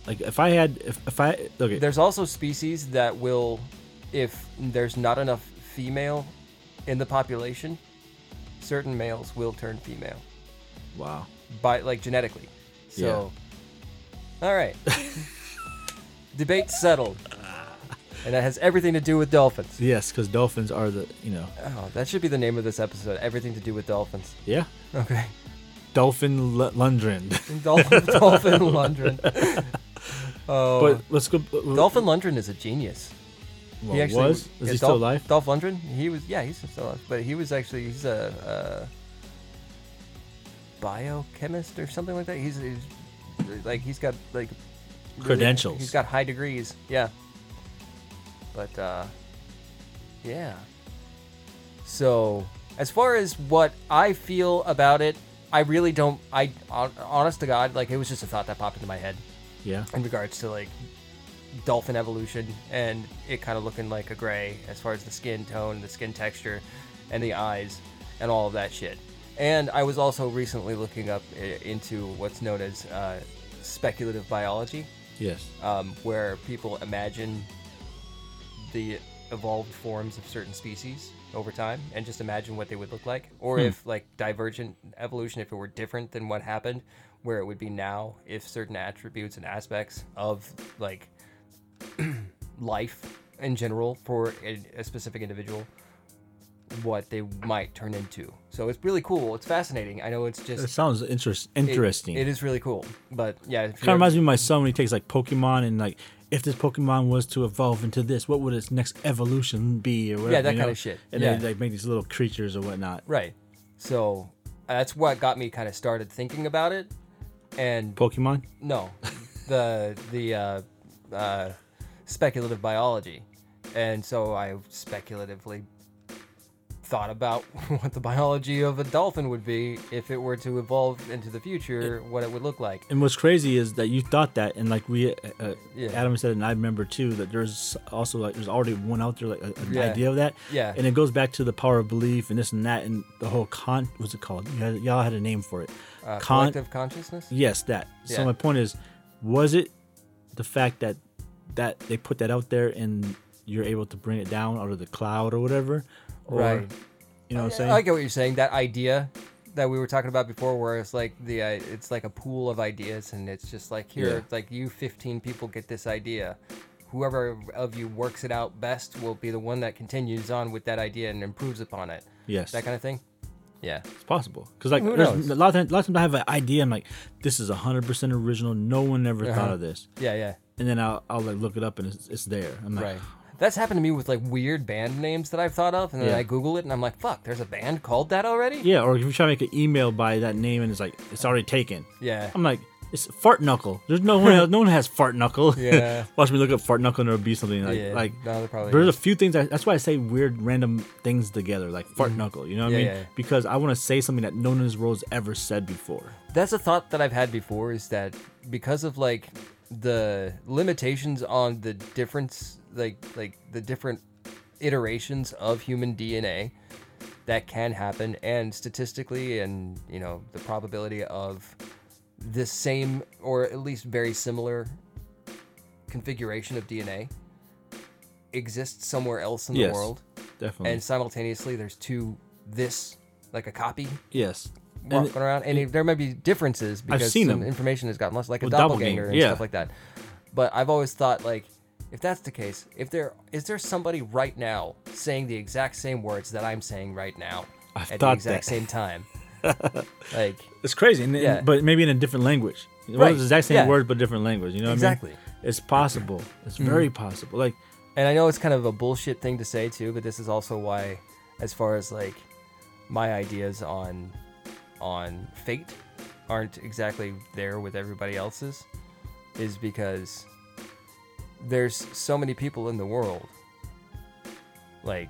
Speaker 4: Like if I had, if, if I okay,
Speaker 1: There's also species that will, if there's not enough female in the population, certain males will turn female.
Speaker 4: wow,
Speaker 1: by like genetically. So, all right. Debate settled, and that has everything to do with dolphins.
Speaker 4: yes, because dolphins are the you know,
Speaker 1: Oh, that should be the name of this episode. Everything to do with dolphins.
Speaker 4: yeah,
Speaker 1: Okay,
Speaker 4: dolphin l- Lundgren.
Speaker 1: dolphin, dolphin Lundgren.
Speaker 4: but let's go. Dolphin
Speaker 1: Oh. Dolphin Lundgren is a genius.
Speaker 4: well, was is
Speaker 1: yeah,
Speaker 4: he
Speaker 1: Dol-
Speaker 4: still alive?
Speaker 1: Dolph Lundgren. He was. Yeah, he's still alive. But he was actually he's a, a biochemist or something like that. He's, he's like he's got like really-
Speaker 4: Credentials.
Speaker 1: He's got high degrees. Yeah. But uh, yeah. So as far as what I feel about it, I really don't. I hon- honest to God, like it was just a thought that popped into my head
Speaker 4: Yeah.
Speaker 1: in regards to like dolphin evolution and it kind of looking like a gray as far as the skin tone, the skin texture, and the eyes, and all of that shit. And I was also recently looking up i- into what's known as uh, speculative biology,
Speaker 4: Yes.
Speaker 1: um, where people imagine the evolved forms of certain species over time and just imagine what they would look like or
Speaker 4: Hmm.
Speaker 1: if like divergent evolution if it were different than what happened where it would be now if certain attributes and aspects of like life in general for a, a specific individual what they might turn into so it's really cool it's fascinating i know it's just
Speaker 4: That sounds interest-
Speaker 1: it-
Speaker 4: interesting.
Speaker 1: it is really cool but yeah if
Speaker 4: Kind
Speaker 1: you're-
Speaker 4: of reminds me of my son when he takes like Pokemon and like, if this Pokemon was to evolve into this, what would its next evolution be or whatever?
Speaker 1: that
Speaker 4: you
Speaker 1: kinda
Speaker 4: know?
Speaker 1: shit.
Speaker 4: And
Speaker 1: Yeah.
Speaker 4: they like make these little creatures or whatnot.
Speaker 1: Right. So that's what got me kind of started thinking about it. And
Speaker 4: Pokemon.
Speaker 1: no, the the uh, uh, speculative biology, and so I speculatively thought about what the biology of a dolphin would be if it were to evolve into the future, what it would look like.
Speaker 4: And what's crazy is that you thought that, and like we, uh, uh,
Speaker 1: Yeah.
Speaker 4: Adam said, and I remember too that there's also like there's already one out there like a- an
Speaker 1: Yeah.
Speaker 4: idea of that.
Speaker 1: Yeah.
Speaker 4: And it goes back to the power of belief and this and that and the whole con. What's it called? You had, y'all had a name for it.
Speaker 1: Uh,
Speaker 4: con.
Speaker 1: collective consciousness.
Speaker 4: Yes, that.
Speaker 1: Yeah.
Speaker 4: So my point is, was it the fact that that they put that out there and you're able to bring it down out of the cloud or whatever, or,
Speaker 1: Right.
Speaker 4: You know what I'm saying?
Speaker 1: I get what you're saying. That idea that we were talking about before, where it's like the uh, it's like a pool of ideas, and it's just like here,
Speaker 4: Yeah.
Speaker 1: it's like you 15 people get this idea. Whoever of you works it out best will be the one that continues on with that idea and improves upon it.
Speaker 4: Yes.
Speaker 1: That kind of thing. Yeah.
Speaker 4: It's possible because like
Speaker 1: Who
Speaker 4: there's
Speaker 1: knows?
Speaker 4: a lot of times, a lot of times I have an idea. I'm like, this is 100 percent original. No one ever
Speaker 1: Uh-huh.
Speaker 4: thought of this.
Speaker 1: Yeah. Yeah.
Speaker 4: And then I'll, I'll like look it up and it's, it's there. I'm like,
Speaker 1: Right. That's happened to me with like weird band names that I've thought of, and then
Speaker 4: Yeah.
Speaker 1: I Google it, and I'm like, "Fuck, there's a band called that already."
Speaker 4: yeah. Or if you try to make an email by that name and it's like it's already taken.
Speaker 1: Yeah.
Speaker 4: I'm like, it's fart knuckle. There's no one else. No one has fart knuckle.
Speaker 1: Yeah.
Speaker 4: Watch me look up fart knuckle and there'll be something like
Speaker 1: Yeah,
Speaker 4: like.
Speaker 1: no, there probably
Speaker 4: there's
Speaker 1: is.
Speaker 4: a few things. I, that's why I say weird random things together like fart knuckle. You know what
Speaker 1: Mm-hmm. Yeah,
Speaker 4: I mean?
Speaker 1: yeah, yeah.
Speaker 4: Because I want to say something that no one in this world's ever said before.
Speaker 1: That's a thought that I've had before is that because of like the limitations on the difference like like the different iterations of human DNA that can happen and statistically and you know the probability of the same or at least very similar configuration of DNA exists somewhere else in
Speaker 4: Yes.
Speaker 1: the world
Speaker 4: Definitely.
Speaker 1: and simultaneously there's two this like a copy
Speaker 4: yes. And
Speaker 1: walking around, and there might be differences because
Speaker 4: seen
Speaker 1: some
Speaker 4: them.
Speaker 1: information has gotten lost, like a
Speaker 4: Well,
Speaker 1: doppelganger,
Speaker 4: doppelganger,
Speaker 1: and
Speaker 4: yeah.
Speaker 1: stuff like that. But I've always thought, like, if that's the case, if there is there somebody right now saying the exact same words that I'm saying right now
Speaker 4: I've
Speaker 1: at the
Speaker 4: thought
Speaker 1: exact
Speaker 4: that.
Speaker 1: same time, like
Speaker 4: It's crazy, and, and-
Speaker 1: Yeah.
Speaker 4: but maybe in a different language. Well,
Speaker 1: Right,
Speaker 4: it's the exact same
Speaker 1: yeah.
Speaker 4: word, but different language. You know what
Speaker 1: Exactly. Mm-hmm.
Speaker 4: I mean? It's possible. It's very possible. Like,
Speaker 1: and I know it's kind of a bullshit thing to say too, but this is also why, as far as like my ideas on on fate aren't exactly there with everybody else's, is because there's so many people in the world. Like,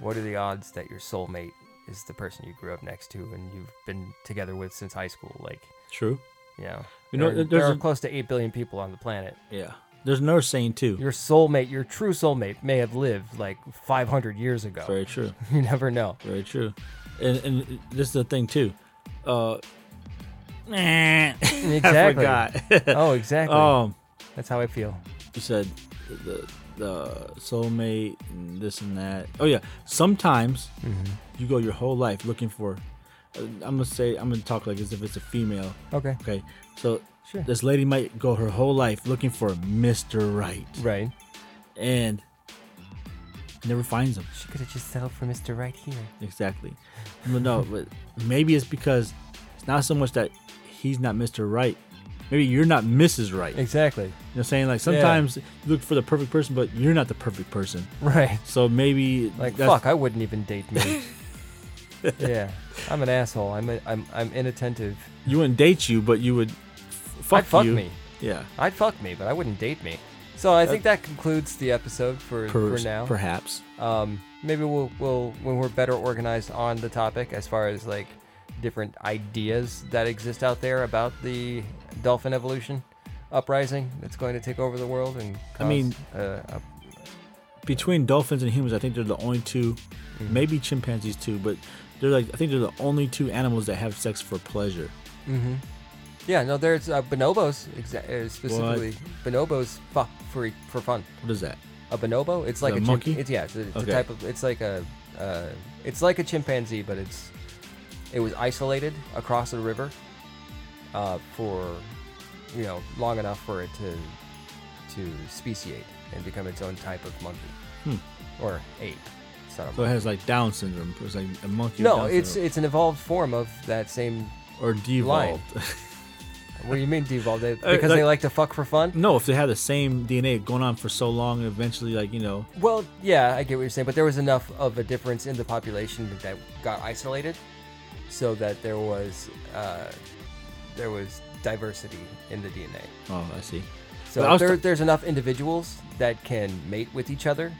Speaker 1: what are the odds that your soulmate is the person you grew up next to and you've been together with since high school? Like,
Speaker 4: true.
Speaker 1: you know,
Speaker 4: You know,
Speaker 1: there, are-
Speaker 4: there's
Speaker 1: there are
Speaker 4: a-
Speaker 1: close to eight billion people on the planet
Speaker 4: Yeah. There's another saying too.
Speaker 1: your soulmate, your true soulmate, may have lived like 500 years ago.
Speaker 4: very true.
Speaker 1: You never know.
Speaker 4: Very true. And, and this is the thing too. Uh, I
Speaker 1: Exactly.
Speaker 4: forgot.
Speaker 1: Oh, exactly.
Speaker 4: um,
Speaker 1: That's how I feel.
Speaker 4: you said the the soulmate and this and that. Oh yeah, sometimes
Speaker 1: Mm-hmm.
Speaker 4: you go your whole life looking for. uh, I'm gonna say I'm gonna talk like as if it's a female.
Speaker 1: Okay.
Speaker 4: Okay, so
Speaker 1: Sure.
Speaker 4: this lady might go her whole life looking for Mr. Right
Speaker 1: Right.
Speaker 4: and never finds him.
Speaker 1: She could have just settled for Mr. Right here.
Speaker 4: Exactly. No, no, but maybe it's because it's not so much that he's not Mr. Right. Maybe you're not Mrs. Right. You know
Speaker 1: Exactly.
Speaker 4: what I'm saying? Like sometimes you look for the perfect person, but you're not the perfect person.
Speaker 1: Right.
Speaker 4: So maybe
Speaker 1: Like,
Speaker 4: that's-
Speaker 1: fuck, I wouldn't even date me. yeah. I'm an asshole. I'm, a, I'm, I'm inattentive.
Speaker 4: you wouldn't date you, but you would f- fuck
Speaker 1: I'd fuck
Speaker 4: you.
Speaker 1: me.
Speaker 4: Yeah.
Speaker 1: I'd fuck me, but I wouldn't date me. So I think that concludes the episode for, for
Speaker 4: Pers-
Speaker 1: now.
Speaker 4: Perhaps.
Speaker 1: Um, maybe we'll, we'll when we're better organized on the topic as far as like different ideas that exist out there about the dolphin evolution uprising that's going to take over the world and cause,
Speaker 4: I mean-
Speaker 1: uh, a-
Speaker 4: Between dolphins and humans, I think they're the only 2
Speaker 1: Mm-hmm.
Speaker 4: maybe chimpanzees too, but they're like I think they're the only two animals that have sex for pleasure. Mm-hmm.
Speaker 1: yeah no there's uh, bonobos exa- uh, specifically bonobos fuck for e- for fun
Speaker 4: What is that?
Speaker 1: a bonobo it's like
Speaker 4: The
Speaker 1: a chim-
Speaker 4: monkey?
Speaker 1: it's yeah it's, a, it's
Speaker 4: Okay.
Speaker 1: a type of it's like a uh, it's like a chimpanzee but it's it was isolated across a river uh, for you know long enough for it to to speciate and become its own type of monkey or ape it's not a
Speaker 4: Hmm. So it
Speaker 1: monkey.
Speaker 4: has like Down syndrome. It's like a monkey. with
Speaker 1: no
Speaker 4: Down
Speaker 1: it's
Speaker 4: syndrome.
Speaker 1: it's an evolved form of that same
Speaker 4: or
Speaker 1: line.
Speaker 4: devolved.
Speaker 1: what do you mean devolved They-
Speaker 4: Uh,
Speaker 1: because they like to fuck for fun
Speaker 4: no, if they had the same DNA going on for so long, and eventually, like you know,
Speaker 1: Well, yeah, I get what you're saying, but there was enough of a difference in the population that got isolated, so that there was uh, there was diversity in the DNA.
Speaker 4: oh, I see. But I
Speaker 1: So
Speaker 4: was
Speaker 1: there,
Speaker 4: ta-
Speaker 1: there's enough individuals that can mate with each other.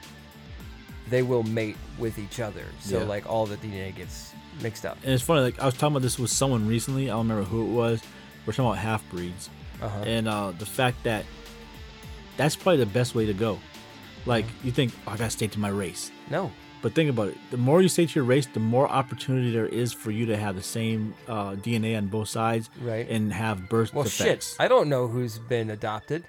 Speaker 1: They will mate with each other, so
Speaker 4: Yeah.
Speaker 1: like all the DNA gets mixed up.
Speaker 4: and it's funny. Like I was talking about this with someone recently. I don't remember who it was. We're talking about half breeds,
Speaker 1: Uh-huh.
Speaker 4: and uh, the fact that that's probably the best way to go. Like
Speaker 1: Mm-hmm.
Speaker 4: you think, oh, I gotta stay to my race,
Speaker 1: No,
Speaker 4: but think about it. The more you stay to your race, the more opportunity there is for you to have the same uh, DNA on both sides,
Speaker 1: Right.
Speaker 4: And have birth
Speaker 1: well,
Speaker 4: defects.
Speaker 1: shit, I don't know who's been adopted.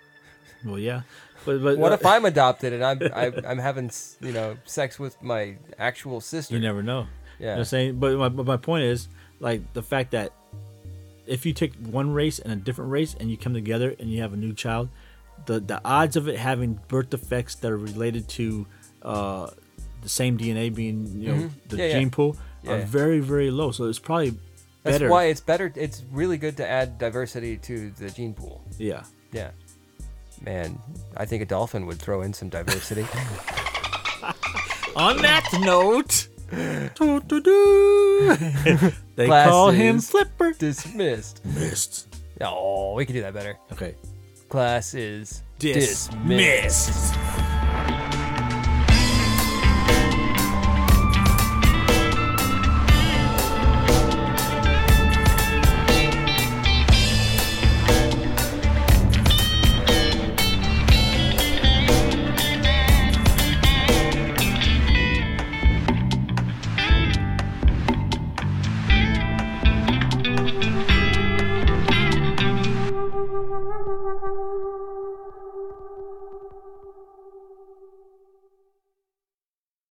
Speaker 4: Well, yeah, but, but uh,
Speaker 1: What if I'm adopted and I'm I'm, I'm having s- you know sex with my actual sister?
Speaker 4: You never know. You know
Speaker 1: Yeah.
Speaker 4: what I'm saying? But my, but my point is, like, the fact that if you take one race and a different race and you come together and you have a new child, the, the odds of it having birth defects that are related to uh, the same DNA being, you know, the
Speaker 1: Mm-hmm. Yeah, yeah.
Speaker 4: gene pool are
Speaker 1: yeah.
Speaker 4: very, very low. So it's probably
Speaker 1: That's
Speaker 4: better.
Speaker 1: why it's better. It's really good to add diversity to the gene pool.
Speaker 4: yeah.
Speaker 1: Yeah. Man, I think a dolphin would throw in some diversity.
Speaker 4: On that note, doo-doo-doo. they call him
Speaker 1: Classes.
Speaker 4: Flipper.
Speaker 1: dismissed.
Speaker 4: Missed.
Speaker 1: Oh, we could do that better.
Speaker 4: Okay.
Speaker 1: Class is
Speaker 4: Dismissed.